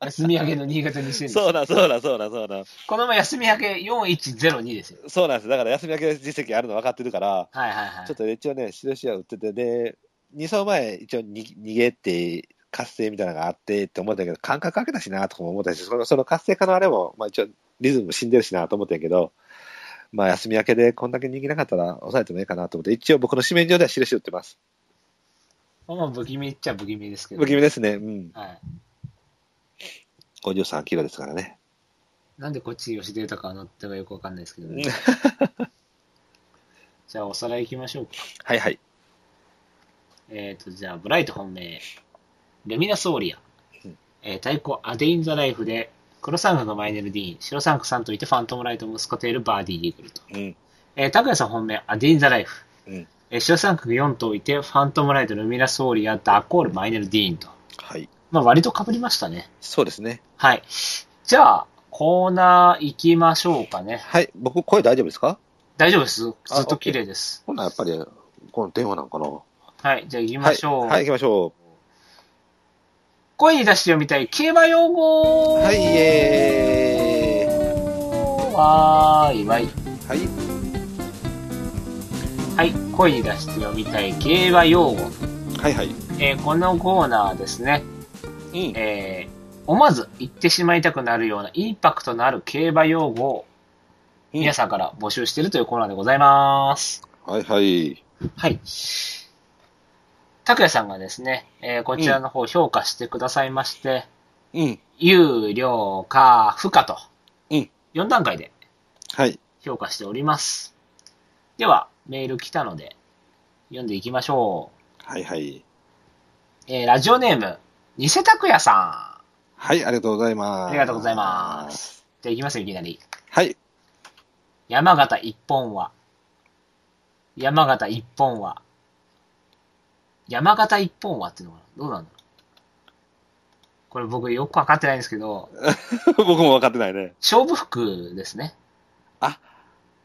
Speaker 1: 休み明けの新潟にしてる
Speaker 2: そうなん、そうなん、そうなん、そうなん。
Speaker 1: この前休み明け4102ですよ。
Speaker 2: そうなんです。だから休み明け実績あるの分かってるから、
Speaker 1: はいはいはい。
Speaker 2: ちょっと一応ね、印は打ってて、で、2走前、一応に逃げて、活性みたいなのがあってって思ったけど、感覚かけたしなとかも思ったし、そのその活性化のあれも、まあ一応、リズム死んでるしなと思ったんやけど、まあ休み明けでこんだけ逃げなかったら抑えてもいいかなと思って、一応僕の紙面上では印打ってます。
Speaker 1: まあ、不気味っちゃ不気味ですけど。
Speaker 2: 不気味ですね。うん。
Speaker 1: はい。
Speaker 2: 53キロですからね。
Speaker 1: なんでこっちに吉田豊が乗ったかよくわかんないですけどね。 じゃあ、おさらい行きましょうか。
Speaker 2: はいはい。
Speaker 1: えっ、と、じゃあ、ブライト本命、レミナ・ソーリア
Speaker 2: うん、
Speaker 1: えー対抗、アデイン・ザ・ライフで、黒三角がマイネル・ディーン、白三角さんといてファントム・ライト、息子テール、バーディー・イーグルと。
Speaker 2: うん。
Speaker 1: えー、拓也さん本命、アデイン・ザ・ライフ、
Speaker 2: うん。
Speaker 1: えー白三角4といて、ファントム・ライト、ルミナ・ソーリア、ダーコール、マイネル・ディーンと。
Speaker 2: はい。
Speaker 1: まあ、割と被りましたね。
Speaker 2: そうですね。
Speaker 1: はい。じゃあ、コーナー行きましょうかね。
Speaker 2: はい。僕、声大丈夫ですか
Speaker 1: 大丈夫です。ず
Speaker 2: あ
Speaker 1: っと綺麗です。
Speaker 2: ほな、やっぱり、この電話なんかな。行
Speaker 1: はい、じゃあ行きましょう。
Speaker 2: はい、はい、行きましょ
Speaker 1: 声に出して読みたい競馬用語
Speaker 2: はい、え
Speaker 1: はーい、わい。
Speaker 2: ー、はい、
Speaker 1: はい、声に出して読みたい競馬用語。
Speaker 2: はいはい。
Speaker 1: えーこのコーナーですね、
Speaker 2: うん。
Speaker 1: えー思わず言ってしまいたくなるようなインパクトのある競馬用語を皆さんから募集しているというコーナーでございます。
Speaker 2: はいはい。
Speaker 1: はい。拓也さんがですね、えーこちらの方評価してくださいまして、
Speaker 2: うん。
Speaker 1: 有料か不可と、
Speaker 2: うん
Speaker 1: 4段階で
Speaker 2: はい。
Speaker 1: 評価しております。では、メール来たので、読んでいきましょう。
Speaker 2: はいはい。
Speaker 1: えーラジオネーム、偽拓也さん。
Speaker 2: はい、ありがとうございます。
Speaker 1: ありがとうございま。す。じゃあいきますよ、いきなり。
Speaker 2: はい。
Speaker 1: 山形一本は。山形一本は。山形一本はっていうのかなどうなんだろうこれ僕よくわかってないんですけど、
Speaker 2: 僕も分かってないね。
Speaker 1: 勝負服ですね。
Speaker 2: は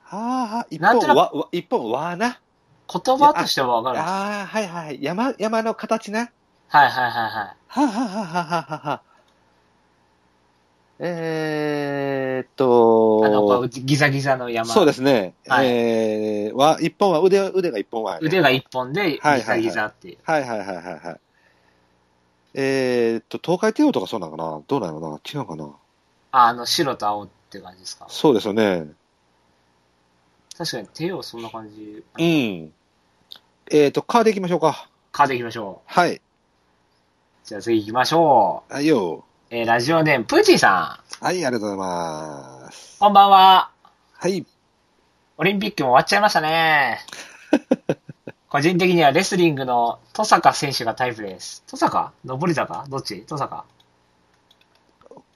Speaker 2: あ、一
Speaker 1: なんとな
Speaker 2: 本
Speaker 1: く
Speaker 2: わ、わ一本わな。
Speaker 1: 言葉としてはわかるんです。
Speaker 2: ああ、はいはい。山、山の形な。
Speaker 1: はいはいはいはい。
Speaker 2: はあはあはあはあはあはあ。えーっと、
Speaker 1: あの、こうギザギザの山。
Speaker 2: そうですね。
Speaker 1: はい
Speaker 2: えー、わ、一本は、腕は、腕が一本は、
Speaker 1: 腕が一本でギ
Speaker 2: はいはいは
Speaker 1: ザ
Speaker 2: い
Speaker 1: ギザっていう。
Speaker 2: はいはいはいはいはい。えーっと、東海帝王とかそうなのかなどうなのかな違うかな
Speaker 1: ああの、白と青って感じですか。
Speaker 2: そうですよね。
Speaker 1: 確かに手をそんな感じ。
Speaker 2: うん。えーっと、カーでいきましょうか。
Speaker 1: カードいきましょ
Speaker 2: はい。
Speaker 1: う。じゃあ次行きましょう。
Speaker 2: はいよ。
Speaker 1: えーラジオネーム、プーチーさん。
Speaker 2: はい、ありがとうございます。
Speaker 1: こんばんは。
Speaker 2: はい。
Speaker 1: オリンピックも終わっちゃいました ね。個人的にはレスリングの登坂選手がタイプです。登坂上り坂どっち登坂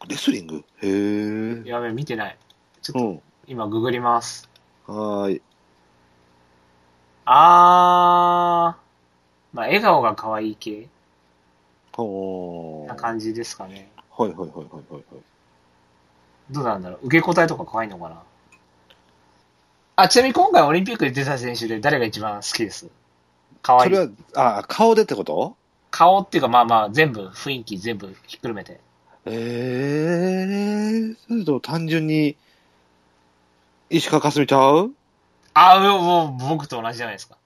Speaker 2: レスリングへー。
Speaker 1: やべ、見てない。ちょっ
Speaker 2: う
Speaker 1: と
Speaker 2: ん。
Speaker 1: 今ググります。
Speaker 2: はーい。
Speaker 1: あー。まあ、笑顔が可愛い系
Speaker 2: ほー。
Speaker 1: な感じですかね。
Speaker 2: はいはいはいはいはいはい。
Speaker 1: どうなんだろう受け答えとか可愛いのかなあ、ちなみに今回オリンピックで出た選手で誰が一番好きです可
Speaker 2: そ
Speaker 1: 愛
Speaker 2: れ
Speaker 1: い。
Speaker 2: は、あ、顔でってこと
Speaker 1: 顔っていうかまあまあ全部、雰囲気全部ひっくるめて。
Speaker 2: えー、それと単純に、石川佳純ちゃう
Speaker 1: あ、もうもう僕と同じじゃないですか。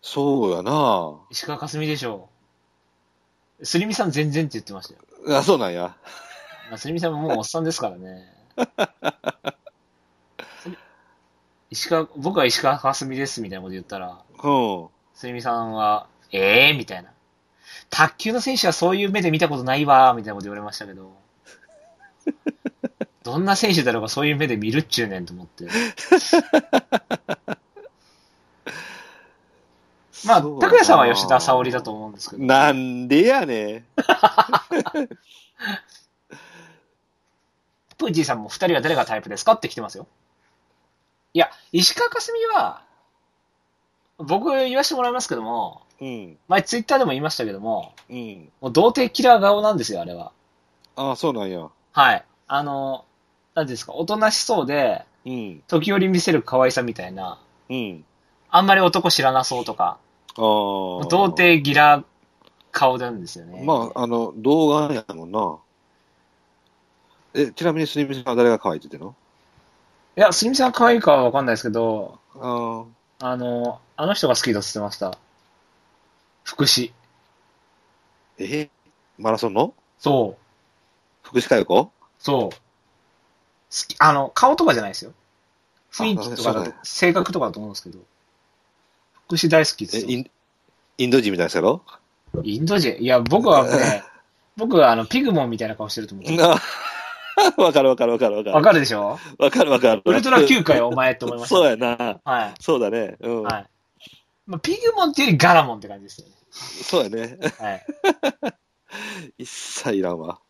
Speaker 2: そうやな
Speaker 1: 石川佳純でしょう。すりみさん全然って言ってましたよ。
Speaker 2: あ、そうなんや。
Speaker 1: まあ、すりみさんももうおっさんですから ね。すり石川、僕は石川佳純ですみたいなこと言ったら、
Speaker 2: うん。
Speaker 1: すりみさんは、ええみたいな。卓球の選手はそういう目で見たことないわ、みたいなこと言われましたけ ど。どんな選手だろうがそういう目で見るっちゅうねんと思 って。まあ、
Speaker 2: そう
Speaker 1: 拓也さんは吉田沙織だと思うんですけど。
Speaker 2: なんでやね
Speaker 1: プーチーさんも二人は誰がタイプですかって来てますよ。いや、石川佳純は、僕言わせてもらいますけども、
Speaker 2: ん。
Speaker 1: 前ツイッターでも言いましたけども、
Speaker 2: うん。うん。
Speaker 1: もう童貞キラー顔なんですよ、あれは。
Speaker 2: あ、そうなんや。
Speaker 1: はい。あの、なんていうんですか、おとなしそうで、
Speaker 2: うん。
Speaker 1: 時折見せる可愛さみたいな、
Speaker 2: うん。
Speaker 1: あんまり男知らなそうとか、
Speaker 2: ああ。童
Speaker 1: 童貞ギラー顔なんですよね。
Speaker 2: まあ、あの、動画やもんな。え、ちなみにスリムさんは誰が可愛いって言ってんの
Speaker 1: いや、すみさんは可愛いかはわかんないですけど、
Speaker 2: あ
Speaker 1: あの、あの人が好きだって言ってました。福祉。
Speaker 2: あ。えマラソンの
Speaker 1: そう。
Speaker 2: 福祉佳代子
Speaker 1: そう。好き、あの、顔とかじゃないですよ。雰囲気とか
Speaker 2: あ
Speaker 1: だ
Speaker 2: そう
Speaker 1: と
Speaker 2: だ、
Speaker 1: 性格とかだと思うんですけど。福祉大好きで
Speaker 2: え、
Speaker 1: すよ。
Speaker 2: イン、インド人みたいな人やろ
Speaker 1: インド人いや、僕は ね、僕はあの、ピグモンみたいな顔してると思う。
Speaker 2: あ わかるわかるわかるわかる。
Speaker 1: わかるでしょ
Speaker 2: わかるわかる。
Speaker 1: ウルトラ Q かよ、お前って思いました。
Speaker 2: そうやな。
Speaker 1: は
Speaker 2: そうだね。う
Speaker 1: い。
Speaker 2: ん。
Speaker 1: はい。まあ、ピグモンっていうよりガラモンって感じですよね。
Speaker 2: そうやね。
Speaker 1: はい。
Speaker 2: 一切いらんわ。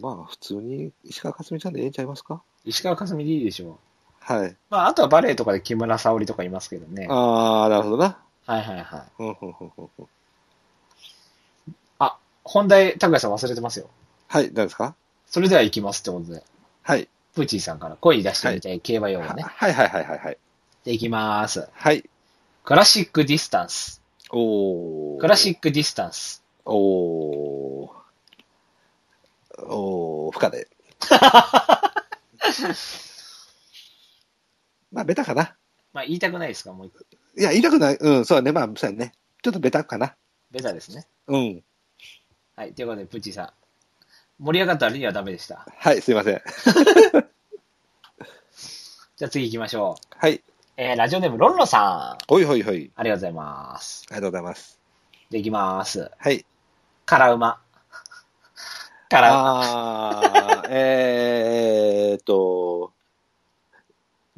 Speaker 2: まあ、普通に石川佳純ちゃんでええんちゃいますか
Speaker 1: 石川佳純でいいでしょう。
Speaker 2: はい。
Speaker 1: まあ、あとはバレエとかで木村沙織とかいますけどね。は
Speaker 2: ああ、なるほどな。
Speaker 1: いはいはい。
Speaker 2: うんうんうんうんうん
Speaker 1: 本題、拓也さん忘れてますよ。
Speaker 2: はい、何ですか
Speaker 1: それでは行きますってことで。
Speaker 2: はい。
Speaker 1: プーチーさんから声に出してみたい競馬用語
Speaker 2: は
Speaker 1: ね。
Speaker 2: はいはいはいはいはい。
Speaker 1: でいきます。
Speaker 2: はい。
Speaker 1: クラシックディスタンス。
Speaker 2: おー
Speaker 1: クラシックディスタンス。
Speaker 2: おーおー不可 で。まあ、ベタかな。
Speaker 1: まあ、言いたくないですかもう一個。
Speaker 2: いや、言いたくない。うん、そうだね。まあ、そうだね。ちょっとベタかな。
Speaker 1: ベタですね。
Speaker 2: うん。
Speaker 1: はい。ということで、プッチーさん。盛り上がった割にはダメでした。
Speaker 2: はい、すいません。
Speaker 1: じゃあ次行きましょう。
Speaker 2: はい。
Speaker 1: えー、ラジオネーム、ロンロさん。
Speaker 2: ほいほいほい。
Speaker 1: ありがとうございます。
Speaker 2: ありがとうございます。
Speaker 1: で、行きます。
Speaker 2: はい。
Speaker 1: カラウマ。 カラウマ。
Speaker 2: あー、 えーっと、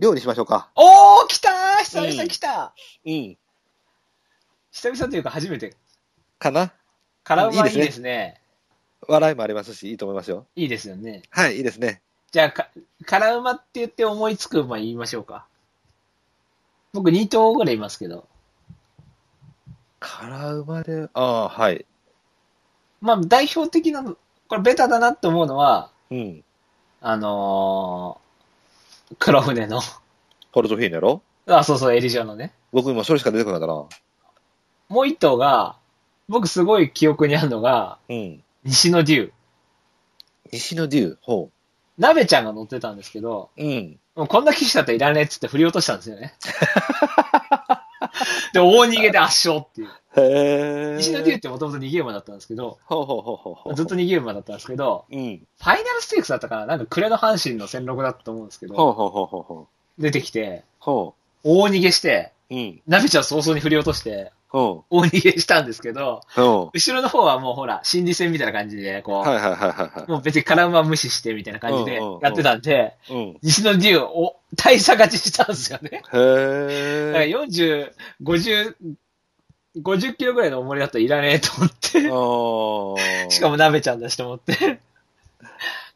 Speaker 2: 量にしましょうか。
Speaker 1: おー来たー久々来た、
Speaker 2: うん。
Speaker 1: 久々というか初めて。
Speaker 2: かな
Speaker 1: カラウマい
Speaker 2: いい
Speaker 1: い
Speaker 2: で
Speaker 1: ですすね。
Speaker 2: 笑いもありますし、いいと思いますよ。
Speaker 1: いいですよね。
Speaker 2: はい、いいですね。
Speaker 1: じゃあ、かカラウマって言って思いつく馬言いましょうか。僕2頭ぐらいいますけど。
Speaker 2: から馬で、あー、はい。
Speaker 1: まあ、代表的なの、これベタだなって思うのは、
Speaker 2: うん。
Speaker 1: あのー、黒船の。
Speaker 2: ポルトフィーネやろ
Speaker 1: あ、そうそう、エリジョのね。
Speaker 2: 僕今それしか出てこなかったな。
Speaker 1: もう1頭が、僕すごい記憶にあるのが、
Speaker 2: うん。
Speaker 1: 西の竜。
Speaker 2: 西の竜、ほ
Speaker 1: 鍋ちゃんが乗ってたんですけど、
Speaker 2: う。うん。
Speaker 1: もうこんな騎士だったらいらねえっつって振り落としたんですよ ね。で、大逃げで圧勝っていう。
Speaker 2: へえ。
Speaker 1: 西の竜ってもともと逃げ馬だったんですけど、
Speaker 2: ほうほうほうほうほう。
Speaker 1: ずっと逃げ馬だったんですけど、
Speaker 2: うん。
Speaker 1: ファイナルステークスだったかななんか暮れの阪神の戦六だったと思うんですけ
Speaker 2: ほ
Speaker 1: ど、
Speaker 2: うほうほうほうほう。
Speaker 1: 出てきて、
Speaker 2: ほ
Speaker 1: 大逃げして、
Speaker 2: う。うん。
Speaker 1: 鍋ちゃん早々に振り落として、
Speaker 2: ほ
Speaker 1: 大逃げしたんですけど、
Speaker 2: う。ほ
Speaker 1: 後ろの方はもうほら、心理戦みたいな感じで、
Speaker 2: う。
Speaker 1: こ
Speaker 2: はいはいはいはいは
Speaker 1: う、もう別に空馬無視してみたいな感じで
Speaker 2: うんうんうん
Speaker 1: やってたんで、
Speaker 2: い。うん。
Speaker 1: 西の竜を大差勝ちしたんですよね。だから
Speaker 2: へえ。
Speaker 1: 40、50、50キロぐらいの重りだったらいらねえと思って、
Speaker 2: ああ。
Speaker 1: しかも鍋ちゃんだしと思って、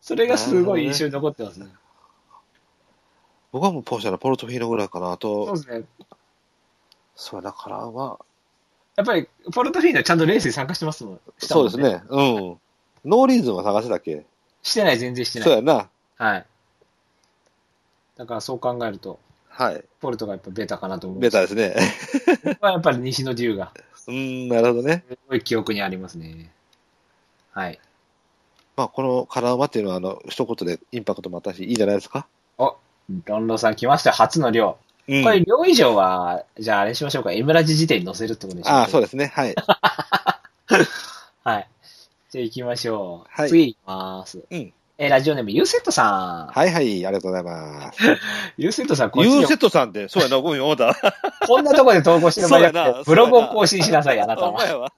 Speaker 1: それがすごい印象に残ってますね。
Speaker 2: 僕はもうポーシャのポルトフィーノぐらいかな
Speaker 1: そう
Speaker 2: と、
Speaker 1: ですね。
Speaker 2: そうだからは、
Speaker 1: やっぱり、ポルトフィーノはちゃんとレースに参加してますもん。した
Speaker 2: そ
Speaker 1: も
Speaker 2: うんです。ね、うん。ノーリーズンは探してたっけ
Speaker 1: してない、全然してな
Speaker 2: そう
Speaker 1: い。
Speaker 2: やな。
Speaker 1: はい。だからそう考えると、
Speaker 2: はい。
Speaker 1: ポルトがやっぱベタかなと思う。
Speaker 2: ベタですね。
Speaker 1: はやっぱり西の竜が、
Speaker 2: うーん、なるほどね。
Speaker 1: すごい記憶にありますね。はい。
Speaker 2: まあ、このカラーマっていうのは、あの、一言でインパクトもあったし、いいじゃないですか。
Speaker 1: ロンロンさん来ました、初の量。
Speaker 2: うん
Speaker 1: これ、量以上は、じゃああれしましょうか。エムラジ辞典に載せるってことにしましょう。
Speaker 2: ああ、そうですね。はい。
Speaker 1: はい。じゃあ行きましょう。
Speaker 2: はい
Speaker 1: 次行きます。
Speaker 2: うん
Speaker 1: えーラジオネーム、ユーセットさん。
Speaker 2: はいはい、ありがとうございます。
Speaker 1: ユーセットさん、こっち
Speaker 2: ユーセッ
Speaker 1: に
Speaker 2: トさんって、そうやな、ごめん、思った。
Speaker 1: こんなとこで投稿してる場合じゃな
Speaker 2: そ
Speaker 1: く
Speaker 2: うや
Speaker 1: て、
Speaker 2: な
Speaker 1: ブログを更新しなさい、あなた は。
Speaker 2: お前は。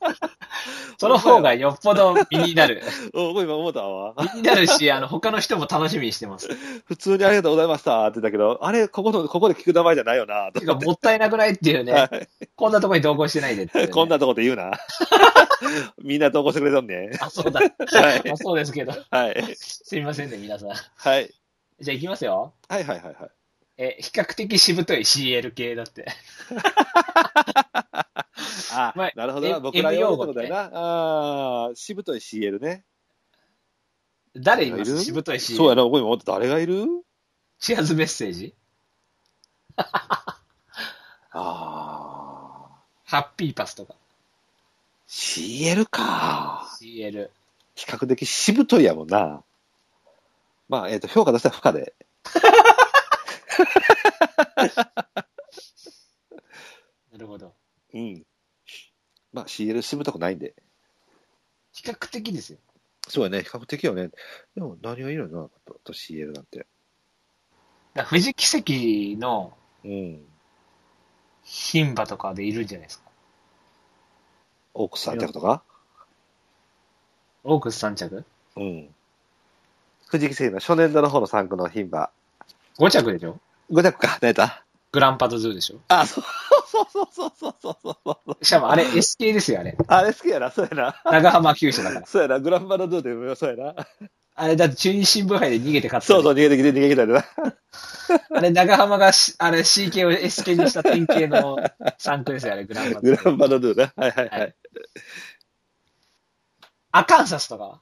Speaker 1: その方がよっぽど身になる。
Speaker 2: おごめん、思ったわ。
Speaker 1: 身になるし、あの、他の人も楽しみにしてます。
Speaker 2: 普通にありがとうございましたって言ったけど、あれ、ここの、ここで聞く名前じゃないよな、と
Speaker 1: てか、もったいなくないっていうね。こんなとこに投稿してないでっていうね
Speaker 2: こん。なとこで言うな。 みんな投稿してくれたんね。
Speaker 1: あ、そうだ。
Speaker 2: はい。
Speaker 1: あそうですけど。
Speaker 2: はい。
Speaker 1: すみませんね、皆さん。
Speaker 2: はい。
Speaker 1: じゃあ行きますよ。
Speaker 2: はいはいはいはい。
Speaker 1: えー、比較的しぶとい CL 系だって。
Speaker 2: あ、
Speaker 1: まあ
Speaker 2: なるほどな。
Speaker 1: M-
Speaker 2: 僕ら
Speaker 1: M
Speaker 2: 用
Speaker 1: 用
Speaker 2: 語
Speaker 1: 語ね
Speaker 2: ってことだよな。あーしぶとい CL ね。
Speaker 1: 誰いま
Speaker 2: いる
Speaker 1: すしぶとい CL。
Speaker 2: そうやな、ごめん、待って誰がいる
Speaker 1: チアズメッセージ
Speaker 2: あ
Speaker 1: ハッピーパスとか。
Speaker 2: ー CL か。
Speaker 1: CL。
Speaker 2: 比較的しぶといやもんな。まあ、えっ、と、評価としては不可で。
Speaker 1: なるほど。
Speaker 2: うん。まあ、CL しぶとくないんで。
Speaker 1: 比較的ですよ。
Speaker 2: そうやね、比較的よね。でも、何がいるのな、とと CL なんて。
Speaker 1: だから富士奇跡の
Speaker 2: うん。
Speaker 1: 牝馬とかでいるんじゃないですか。
Speaker 2: 奥さんってことか
Speaker 1: オークス3着
Speaker 2: うん。藤木聖の初年度の方の3区の牝馬。
Speaker 1: ?5 着でしょ
Speaker 2: 5着か、何やった
Speaker 1: グランパドズーでしょ
Speaker 2: あ、そう、そうそうそうそうそうそう。
Speaker 1: しかもあれ S 系ですよ、あれ。
Speaker 2: あれ好きやな、そうや な。
Speaker 1: 長浜急所だから。
Speaker 2: そうやな、グランパラドゥーでもそうやな。
Speaker 1: あれだって中日新聞杯で逃げて勝った。
Speaker 2: そうそう、逃げてきて、逃げてきたんだな。
Speaker 1: あれ長浜がし、あれ C 系を S 系にした典型の3区ですよ、あれグランパド
Speaker 2: グ
Speaker 1: ズ
Speaker 2: ラ
Speaker 1: ー。
Speaker 2: ンパラドゥーな。はいはいは
Speaker 1: はいい。アカンサスとかは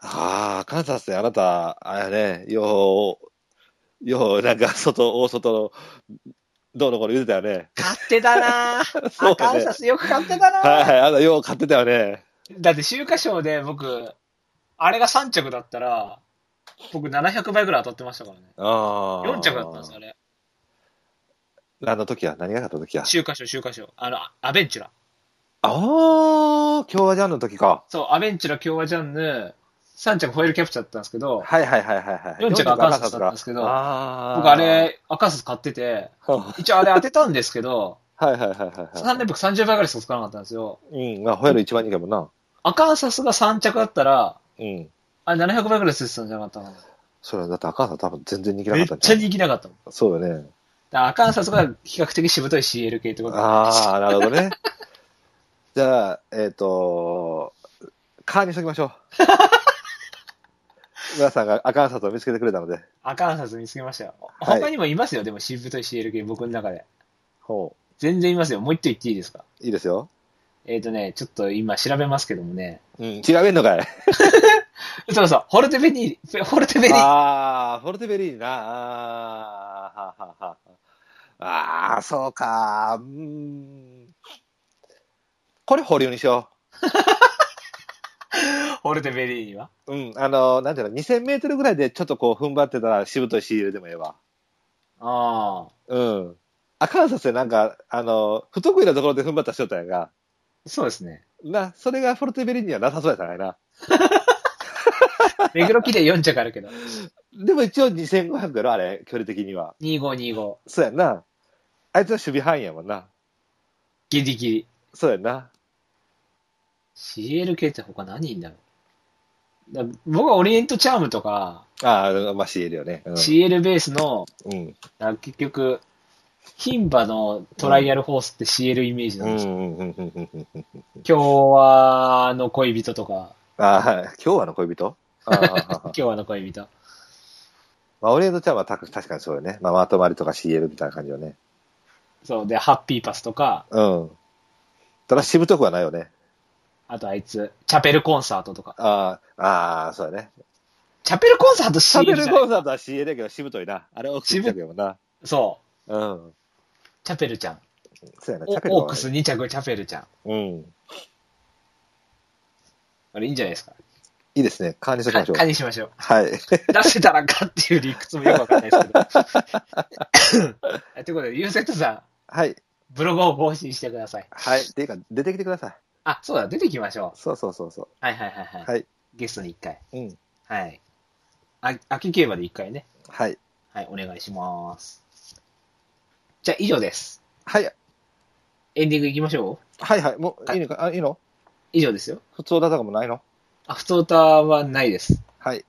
Speaker 2: ああ、カンサスであなた、あれね、よう、よう、なんか、外、大外の、どうのこうの言うてたよね。
Speaker 1: 買ってた なぁ。
Speaker 2: そう
Speaker 1: あ、
Speaker 2: だ
Speaker 1: カ
Speaker 2: ね
Speaker 1: ンサスよく買ってたなぁ。
Speaker 2: はいはい、あの、よう買ってたよね。
Speaker 1: だって、週華賞で僕、あれが3着だったら、僕700倍ぐらい当たってましたからね。
Speaker 2: ああ。
Speaker 1: 4着だったんです、あれ。
Speaker 2: あの時は、何があった時は。
Speaker 1: 週華賞、週華賞。あの、アアベンチュラ。
Speaker 2: ああ、京和ジャンの時か。
Speaker 1: そう、アベンチュラ共和ジャンヌ、3着ホイールキャプチャーだったんですけど、
Speaker 2: はいはいはいはいはい。
Speaker 1: 四着
Speaker 2: 四
Speaker 1: 赤札だったんですけど
Speaker 2: あー
Speaker 1: 僕あ。れ、赤ス買ってて、
Speaker 2: は
Speaker 1: 一応あれ当てたんですけど、
Speaker 2: いはいはいはい
Speaker 1: 3
Speaker 2: は
Speaker 1: 連僕30倍ぐらいしかつかなかったんですよ。
Speaker 2: い。うん、まあ、ホヤの一番人気やもんな。
Speaker 1: 赤サスが3着だったら、
Speaker 2: うん。
Speaker 1: あれ700倍ぐらいついてたんじゃなかったか
Speaker 2: それはだって赤さ多分全然人気
Speaker 1: な。
Speaker 2: な
Speaker 1: め
Speaker 2: か
Speaker 1: っ
Speaker 2: ったん
Speaker 1: ちゃ
Speaker 2: ゃ
Speaker 1: 人気なかったもん。
Speaker 2: うそうだね。
Speaker 1: だから赤サスが比較的しぶとい CL 系ってこと
Speaker 2: ああ、なるほど ね。じゃあ、えっ、とカーにしときましょ う。皆さんが赤札を見つけてくれたので。
Speaker 1: 赤サス見つけましたよ。
Speaker 2: はい
Speaker 1: 他にもいますよ、でもしぶとい CL 系僕の中で。
Speaker 2: ほ
Speaker 1: 全然いますよ。もう一頭言っていいですか
Speaker 2: う。いいですよ。
Speaker 1: えっ、とね、ちょっと今調べますけどもね。
Speaker 2: うん。違えんのかい。
Speaker 1: そうそう、ホルテベリー、ホルテベリー。
Speaker 2: ああ、フォルテベリーな。あーはははあー、そうか。うーん。これ保留にしよ
Speaker 1: ホルテベリーには
Speaker 2: う。うん。あの、なんていうの、2000メートルぐらいでちょっとこう踏ん張ってたらしぶとい仕入れでもええわ。
Speaker 1: ああ。
Speaker 2: うん。アカンサスでなんか、あの、不得意なところで踏ん張った人だったんやが。
Speaker 1: そうですね。
Speaker 2: な、それがフォルテベリーにはなさそうやったんやな。
Speaker 1: 目黒記で4着あるけど。
Speaker 2: でも一応2500やろ、あれ、距離的には。
Speaker 1: 2525。
Speaker 2: そうやんな。あいつは守備範囲やもんな。
Speaker 1: ギリギリ。
Speaker 2: そうやんな。
Speaker 1: CL 系って他何いんだろう。だ僕はオリエントチャームとか、
Speaker 2: ああ、まあ、CL よね。う
Speaker 1: CL ベースの、
Speaker 2: ん。うん。
Speaker 1: あ結局、牝馬のトライアルホースって CL イメージ
Speaker 2: う
Speaker 1: なん
Speaker 2: ん
Speaker 1: ですよ。
Speaker 2: うんうんうんうんうんうん。
Speaker 1: 今日はの恋人とか、
Speaker 2: ああ、はい。今日はの恋人ああ
Speaker 1: 今、日はの恋人。
Speaker 2: まあ、オリエントちゃんはた確かにそうよね。まあ、まとまりとか CL みたいな感じよね。
Speaker 1: そう、で、ハッピーパスとか、
Speaker 2: うん。ただ、しぶとくはないよね。
Speaker 1: あとあいつ、チャペルコンサートとか。
Speaker 2: ああ、ああ、そうやね。
Speaker 1: チャペルコンサート
Speaker 2: しゃべ
Speaker 1: CL じ
Speaker 2: る
Speaker 1: ゃな
Speaker 2: コ
Speaker 1: い
Speaker 2: ンサートは CL やけど、しぶといな。あれ、オークスやけどな。
Speaker 1: そう、
Speaker 2: うん。
Speaker 1: チャペルちゃん。
Speaker 2: そうやな、
Speaker 1: お
Speaker 2: チャペルは
Speaker 1: オークス2着、チャペルちゃん。
Speaker 2: うん。
Speaker 1: あれいいんじゃないですか。
Speaker 2: いいですね。カーにしときましょう
Speaker 1: 蚊。にしましょう。
Speaker 2: はい。
Speaker 1: 出せたらかっていう理屈もよくわかんないですけど。という ことで、ユーセットさん、
Speaker 2: はい。
Speaker 1: ブログを更新してください。
Speaker 2: はい。っていうか、出てきてください。
Speaker 1: あ、そうだ、出てきましょ。
Speaker 2: そうそうそうそう
Speaker 1: はいはいはいはい。
Speaker 2: う。はい。
Speaker 1: ゲストに1回。
Speaker 2: うん。
Speaker 1: はい。あ秋競馬で1回ね。
Speaker 2: はい。
Speaker 1: はい、お願いします。じゃあ、以上です。
Speaker 2: はい。
Speaker 1: エンディングいきましょう。
Speaker 2: はいはい。もう、
Speaker 1: はいい
Speaker 2: いのかあ、いいの
Speaker 1: 以上ですよ。
Speaker 2: 普通だとかもないの
Speaker 1: あ、普通歌はないです。
Speaker 2: はい。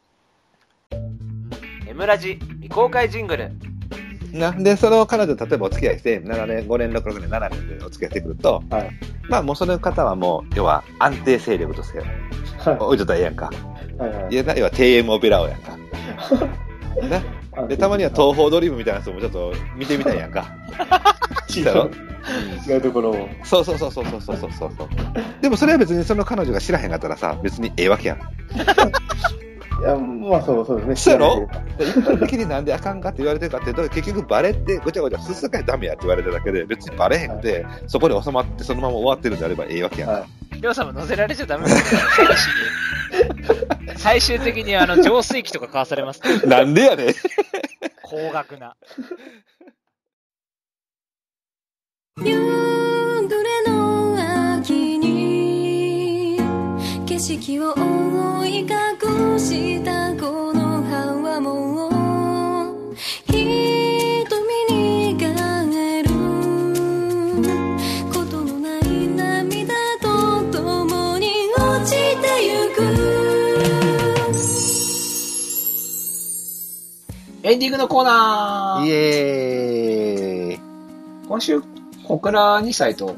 Speaker 4: エムラジ未公開ジングル
Speaker 2: なんで、その彼女、例えばお付き合いして、7年、5年、6年、7年でお付き合いしてくると、
Speaker 1: はい
Speaker 2: まあ、もうその方はもう、要は安定勢力として、
Speaker 1: は
Speaker 2: 置いとったらええやんか。
Speaker 1: い。はい
Speaker 2: いや、要は TM オペラをや んか。なで、たまには東方ドリームみたいな人もちょっと見てみたいやん か。聞いたろ
Speaker 1: 違うところを。
Speaker 2: そうそうそうそうそうそうそうそうでもそれは別にその彼女が知らへんかったらさ別にええわけやん
Speaker 5: いや、まあそうそうです
Speaker 2: そう
Speaker 5: ね。
Speaker 2: やろで一般的になんであかんかって言われてるかっていうと結局バレってごちゃごちゃすすかにダメやって言われてるだけで別にバレへんでそこで収まってそのまま終わってるんであればええわけやん、
Speaker 5: は
Speaker 1: りょうさんも乗せられちゃダ メだよ最終的にあの浄水器とか買わされますから
Speaker 2: なんでやねん
Speaker 1: 高額な。
Speaker 6: 夕暮れの秋に景色を覆い隠したこの葉はもう瞳に枯れることのない涙と共に落ちてゆく
Speaker 1: エンディングのコーナー
Speaker 2: イエーイ
Speaker 1: 今週、小倉2歳と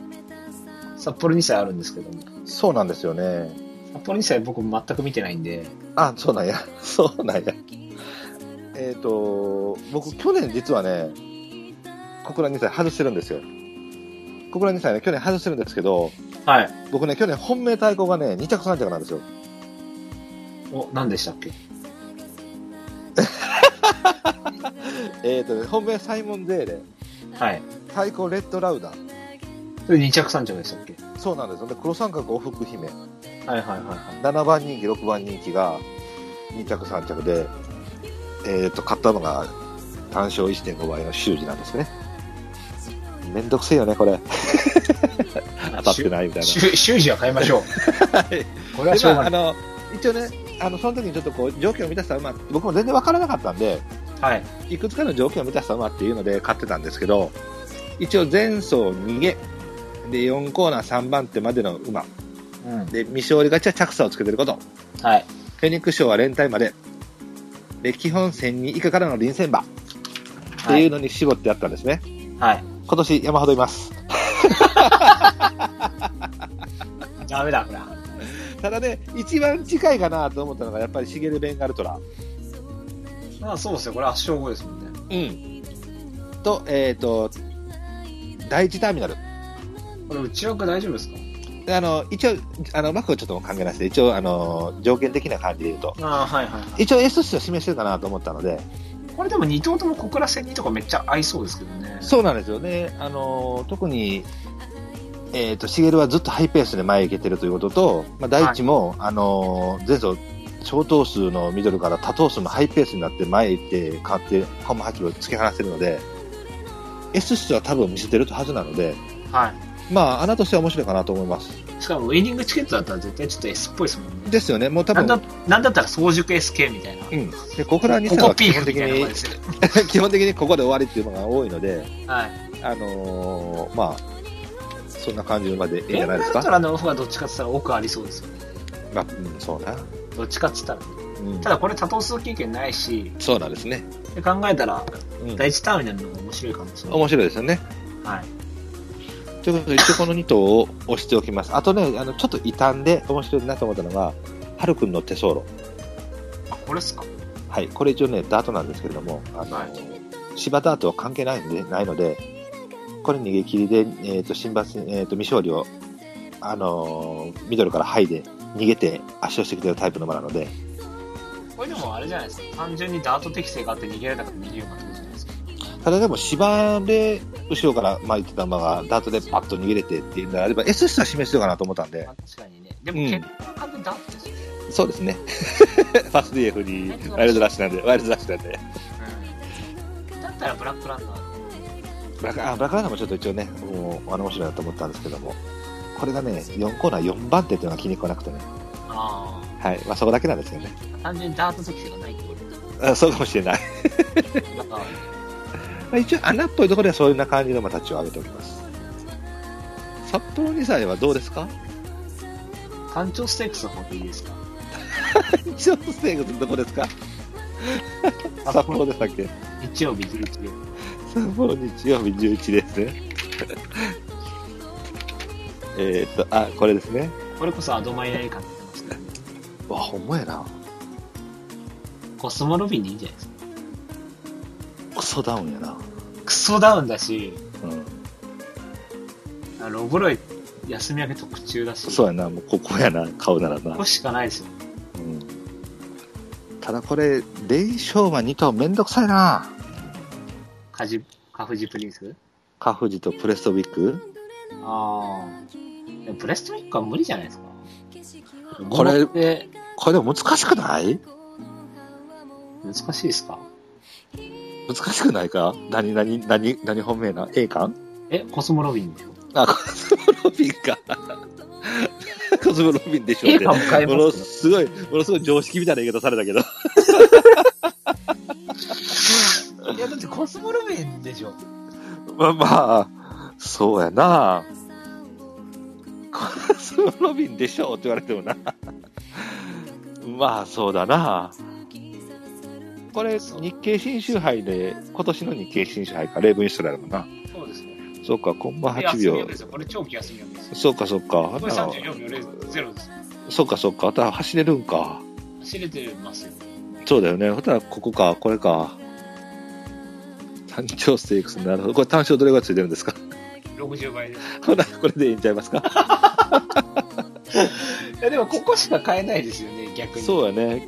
Speaker 1: 札幌2歳あるんですけども、
Speaker 2: そうなんですよね
Speaker 1: 札幌2歳僕全く見てないんで、
Speaker 2: あそうなんや そうなんやえっ、と僕去年実はね小倉2歳外してるんですよ小倉2歳ね去年外してるんですけど
Speaker 1: はい。
Speaker 2: 僕ね、去年本命対抗がね、2着3着なんですよ。
Speaker 1: お、何でしたっけ
Speaker 2: えっ、とね、本命サイモン・デーレ、
Speaker 1: はい。
Speaker 2: 最高レッドラウダー。
Speaker 7: それ2着3着でしたっけ
Speaker 2: そうなんですよ。で、黒三角おふく姫。
Speaker 7: はいはいはいはい。
Speaker 2: 7番人気、6番人気が2着、3着で、えっ、と、買ったのが単勝1.5倍の修二なんですね。めんどくせえよね、 これ。当たってないみたいな。
Speaker 7: 修修士は買い ましょう。これは
Speaker 2: で
Speaker 7: しょう
Speaker 2: まあ、
Speaker 7: が
Speaker 2: あ
Speaker 7: ない。
Speaker 2: の一応ね、あのその時にちょっとこう条件を満たした馬、僕も全然分からなかったんで、
Speaker 7: はい。
Speaker 2: いくつかの条件を満たした馬っていうので買ってたんですけど、一応、前走逃げ、で4コーナー3番手までの馬、
Speaker 7: うん。
Speaker 2: で未勝利勝ちは着差をつけてること、
Speaker 7: はい。
Speaker 2: フェニック賞は連帯まで、で基本1002以下からの臨戦馬っていうのに絞ってあったんですね、
Speaker 7: はい。
Speaker 2: 今年山ほどいます。
Speaker 7: ダメだ、これは。
Speaker 2: ただね、一番近いかなと思ったのが、やっぱりシゲル・ベンガルトラ。
Speaker 7: まあそうですよ。これ圧勝後ですもんね。
Speaker 2: うん、と、えっ、と、第一ターミナル。
Speaker 7: これ内枠大丈夫ですか
Speaker 2: であの、一応、あの、幕をちょっと関係なしで、一応、あの、条件的な感じで言うと、
Speaker 7: ああ、はいはいは。
Speaker 2: 一応 S 値を示してるかなと思ったので、
Speaker 7: これでも2頭とも小倉戦にとかめっちゃ合いそうですけどね。
Speaker 2: そうなんですよね。あの、特に、えっ、と、シゲルはずっとハイペースで前へ行けてるということと、まあ、第一も、あの、前走、小頭数のミドルから多頭数のハイペースになって前へ行って変わって、コンマ8キロ突き放してるので、S 値は多分見せてるはずなので、
Speaker 7: は
Speaker 2: まあ、穴としては面白いかなと思います。
Speaker 7: い。しかもウィニングチケットだったら絶対ちょっと S っぽいですもんね。
Speaker 2: ですよね、もう多
Speaker 7: なん
Speaker 2: 分、
Speaker 7: だ、なんだったら早熟 SK みたいな。
Speaker 2: うん、で小倉に
Speaker 7: こ
Speaker 2: は
Speaker 7: こピ
Speaker 2: 基
Speaker 7: ー
Speaker 2: 本
Speaker 7: クみ
Speaker 2: 的
Speaker 7: たいな
Speaker 2: に
Speaker 7: 感じですよ。
Speaker 2: 基本的に ここで終わりっていうのが多いので、
Speaker 7: はい。
Speaker 2: あのーまあ、そんな感じまでいいんじ
Speaker 7: エ
Speaker 2: ゃな
Speaker 7: ンガ
Speaker 2: いです
Speaker 7: ル
Speaker 2: か
Speaker 7: ト。ラの方がどっちかって言ったら奥ありそうですよね。
Speaker 2: まあ、うん、そうな、
Speaker 7: どっちかって言ったら。
Speaker 2: うん
Speaker 7: ただこれ多頭数経験ないし、
Speaker 2: そうなんですね。
Speaker 7: で考えたら
Speaker 2: うん
Speaker 7: 第一ターミナルの方が面白いかもしれない。
Speaker 2: 面白いですよね。
Speaker 7: はい。
Speaker 2: ということで、一応この2頭を押しておきます。あとね、あの、ちょっと異端で面白いなと思ったのが、はるくんの手相路。
Speaker 7: あ、これっすか
Speaker 2: はい、これ一応ね、ダートなんですけれども、あの、
Speaker 7: はい
Speaker 2: 芝ダートは関係ないんでないので、これ逃げ切りで、えー、と新罰、えー、と未勝利を、あのーミドルから剥いで、逃げて圧勝してきてるタイプの馬なので、
Speaker 7: これでもあれじゃないですか。単純にダート適性があって逃げられなくて逃げようかってことじゃないですか。
Speaker 2: ただでも芝で後ろから巻いてた馬がダートでパッと逃げれてっていうのであれば、S 差示してるかなと思ったんで
Speaker 7: ま、あ確かにね。でも結果は完全にダートですよね。
Speaker 2: そうですね。 ファス DF にワイルドラッシュなんで、ワイルドラッシュなんで。
Speaker 7: うんだったらブラックランナー。
Speaker 2: ブラックあブラックランナーもちょっと一応ね、もうあの面白いなと思ったんですけども、これがね、4コーナー4番手っていうのが気に食わなくてね、
Speaker 7: あ
Speaker 2: はいまあ、そこだけなんですよね、
Speaker 7: あ。単純にダート適性がないってこ
Speaker 2: あそうかもしれない、
Speaker 7: と。なんか、
Speaker 2: まあ、一応、穴っぽいところではそういうな感じの馬たちを挙げておきます。札幌2歳はどうですか
Speaker 7: 単調ステークスの方でいいですか
Speaker 2: 一応、ステークスどこですか 札幌でしたっけ
Speaker 7: 日曜日11で。
Speaker 2: 札幌日曜日11ですね。 えーっと、あ、これですね。
Speaker 7: これこそアドマイヤー感出てましたね。
Speaker 2: わ、ほんまやな。
Speaker 7: コスモロビンでいいんじゃないですか。
Speaker 2: クソダウンやな。
Speaker 7: クソダウンだし、
Speaker 2: うん。
Speaker 7: あのロボロイ休み明け特注だし、
Speaker 2: そうやな、もうここやな、顔ならな
Speaker 7: こ。こしかないですよ。
Speaker 2: うんただこれ、連勝馬2頭めんどくさいな。
Speaker 7: カジ、カフジプリンス
Speaker 2: カフジとプレストビック。
Speaker 7: ああ。でもプレストミックは無理じゃないですか。
Speaker 2: これ
Speaker 7: ロボって
Speaker 2: これでも難しくない
Speaker 7: 難しいですか
Speaker 2: 難しくないか何、何、何、何本命な ?A 館
Speaker 7: え、コスモロビンでしょ
Speaker 2: あ、コスモロビン か。コスモロビンでしょう
Speaker 7: ?A
Speaker 2: って。
Speaker 7: かも買え
Speaker 2: もの
Speaker 7: ます
Speaker 2: すごい、ものすごい常識みたいな言い方されたけど。
Speaker 7: けどいや、だってコスモロビンでしょ。
Speaker 2: まあまあ、そうやな。 コスモロビンでしょうって言われてもな。まあそうだな。これ、日経新州杯で、今年の日経新州杯か、レイブンストラルもな。
Speaker 7: そうですね。
Speaker 2: そうか、コンマ8
Speaker 7: 休み明
Speaker 2: 秒
Speaker 7: けで。すよ。これ長期休み明けですよ。
Speaker 2: そうか、そうか。あ
Speaker 7: こ
Speaker 2: ん
Speaker 7: れ
Speaker 2: な
Speaker 7: 34秒0です。
Speaker 2: そうか、そうか。あとは走れるんか。
Speaker 7: 走れてますよ。
Speaker 2: そうだよね。ほたら、ここか、これか。単勝ステークス、なるほど。これ単勝どれぐらいついてるんですか
Speaker 7: 60倍です。
Speaker 2: ほな、これでいいんちゃいますか
Speaker 7: いや、でもここしか買えないですよね、逆に。
Speaker 2: そうやね。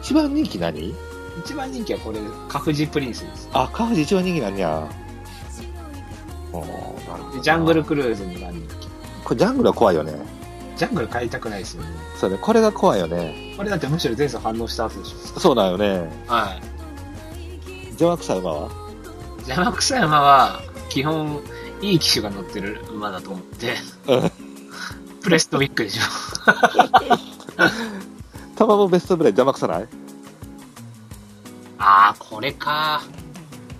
Speaker 2: 一番人気何
Speaker 7: 一番人気はこれ、カフジプリンスです。
Speaker 2: あ、カフジ一番人気なんや。おーなるほど
Speaker 7: ジャングルクルーズに何
Speaker 2: これジャングルは怖いよね。
Speaker 7: ジャングル買いたくないですよね。
Speaker 2: そうね、これが怖いよね。
Speaker 7: これだってむしろ前走反応したはずでし
Speaker 2: そうなんよね。
Speaker 7: ょ。はい。
Speaker 2: 邪魔くさい馬は
Speaker 7: 邪魔くさい馬は、基本、いい騎手が乗ってる馬だと思って
Speaker 2: うん。
Speaker 7: プレストビックでしょ。
Speaker 2: タマもベストブレ邪魔くさないこ
Speaker 7: あー、これか。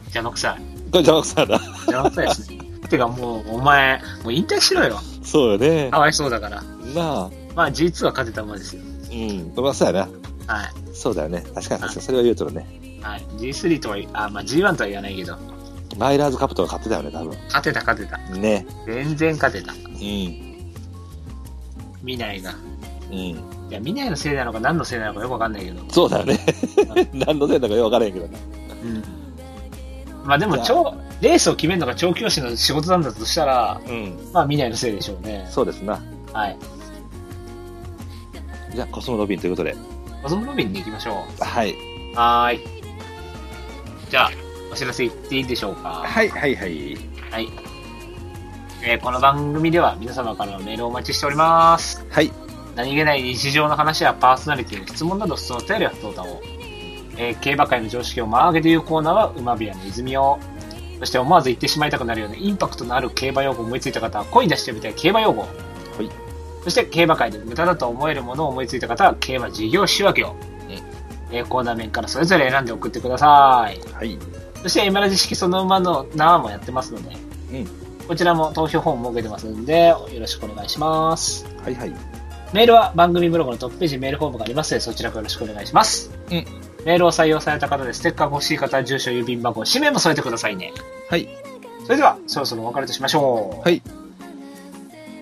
Speaker 7: 邪魔くさい。
Speaker 2: れ邪魔くさいな。
Speaker 7: 邪魔くさいですね。 てかもう、お前、もう引退しろ よ。
Speaker 2: そうよね。
Speaker 7: かわいそうだから。
Speaker 2: なあ。
Speaker 7: まあ G2 は勝てた馬ですよ。
Speaker 2: うん。まあそうやな。
Speaker 7: は
Speaker 2: そうだよね。確かに確かに。それは言うとるね。
Speaker 7: い。はい。G3 とは、あ、まあ G1 とは言わないけど、
Speaker 2: マイラーズカップとか買ってたよね、多
Speaker 7: 勝てた勝てた。
Speaker 2: 分。ね。
Speaker 7: 全然勝てた。
Speaker 2: うん。
Speaker 7: 見ないが。
Speaker 2: うん。
Speaker 7: いや、見ないのせいなのか何のせいなのかよくわかんないけど。
Speaker 2: そうだよね。 何のせいだかよくわからへんけどね。
Speaker 7: うん。まあでも、超、レースを決めるのが調教師の仕事なんだとしたら、
Speaker 2: うん。
Speaker 7: まあ見ないのせいでしょうね。
Speaker 2: そうですな。
Speaker 7: はい。
Speaker 2: じゃあ、コスモロビンということで。
Speaker 7: 保存ロビンに行きましょ
Speaker 2: はい。
Speaker 7: う。はーい。じゃあ、お知らせ行っていいでしょうか。
Speaker 2: はい、はい、はい。
Speaker 7: はい。えーこの番組では皆様からのメールをお待ちしております。
Speaker 2: はい。
Speaker 7: 何気ない日常の話やパーソナリティの質問など、その便りは不当だを。えー競馬界の常識を真上げというコーナーは、馬部屋の泉を。そして思わず言ってしまいたくなるようなインパクトのある競馬用語を思いついた方は、声に出してみたい競馬用語。
Speaker 2: い
Speaker 7: そして競馬界で無駄だと思えるものを思いついた方は、競馬事業仕分けを。えーコーナー面からそれぞれ選んで送ってください。
Speaker 2: はい。
Speaker 7: そして、エメラジ式その馬の縄もやってますので、
Speaker 2: うん
Speaker 7: こちらも投票フォーム設けてますんで、よろしくお願いします。
Speaker 2: はい、はい。
Speaker 7: メールは番組ブログのトップページにメールフォームがありますので、そちらからよろしくお願いします。
Speaker 2: うん
Speaker 7: メールを採用された方で、ステッカーが欲しい方は住所、郵便番号、氏名も添えてくださいね。
Speaker 2: はい。
Speaker 7: それでは、そろそろお別れとしましょう。
Speaker 2: はい。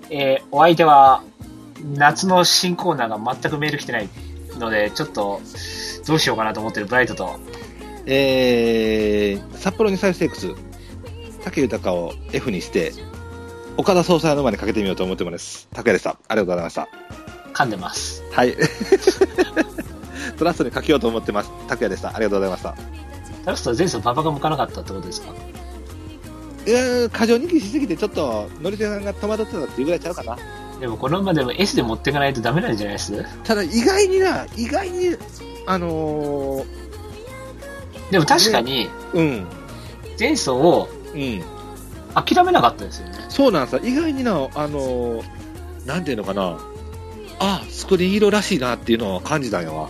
Speaker 7: えーお相手は、夏の新コーナーが全くメール来てないので、ちょっと、どうしようかなと思ってるブライトと、
Speaker 2: えー、札幌にサイステークス、竹豊を F にして、岡田総裁の馬にかけてみようと思っております。竹谷でした。ありがとうございました。
Speaker 7: 噛んでます。
Speaker 2: はい。 トラストにかけようと思ってます。竹谷でした。ありがとうございました。
Speaker 7: タルストは前走馬場が向かなかったってことですか
Speaker 2: いやー、過剰人気しすぎて、ちょっと、乗り手さんが戸惑ってたっていうぐらいちゃうかな。
Speaker 7: でもこの馬でも S で持っていかないとダメなんじゃないです
Speaker 2: ただ、意外にな、意外に、あのー、
Speaker 7: でも確かに
Speaker 2: うん、
Speaker 7: 前走を
Speaker 2: うん。
Speaker 7: 諦めなかったですよね。
Speaker 2: そうなんさ、意外にな、あのー、なんていうのかな、あ、スクリーン色らしいなっていうのは感じたんやわ。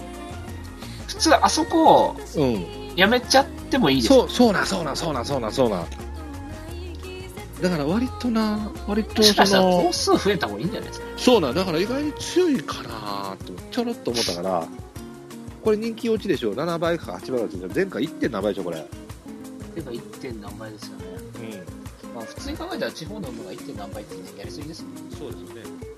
Speaker 7: 普通あそこを
Speaker 2: うん。
Speaker 7: やめちゃってもいいです
Speaker 2: そうそうなんそうなんそうなんそうなんそうなんだから割とな割と
Speaker 7: もしかした
Speaker 2: そ
Speaker 7: ら
Speaker 2: の
Speaker 7: 頭数増えた方がいいんじゃないですか
Speaker 2: そうなんだから意外に強いかなとちょろっと思ったからこれ人気落ちでしょ7倍か8倍か8倍前回1.7倍でしょこれう
Speaker 7: てか 1. 点何倍ですよね。
Speaker 2: ん
Speaker 7: まあ普通に考えたら地方の馬が 1. 点何倍ってやりすぎですもんね。
Speaker 2: そうですよね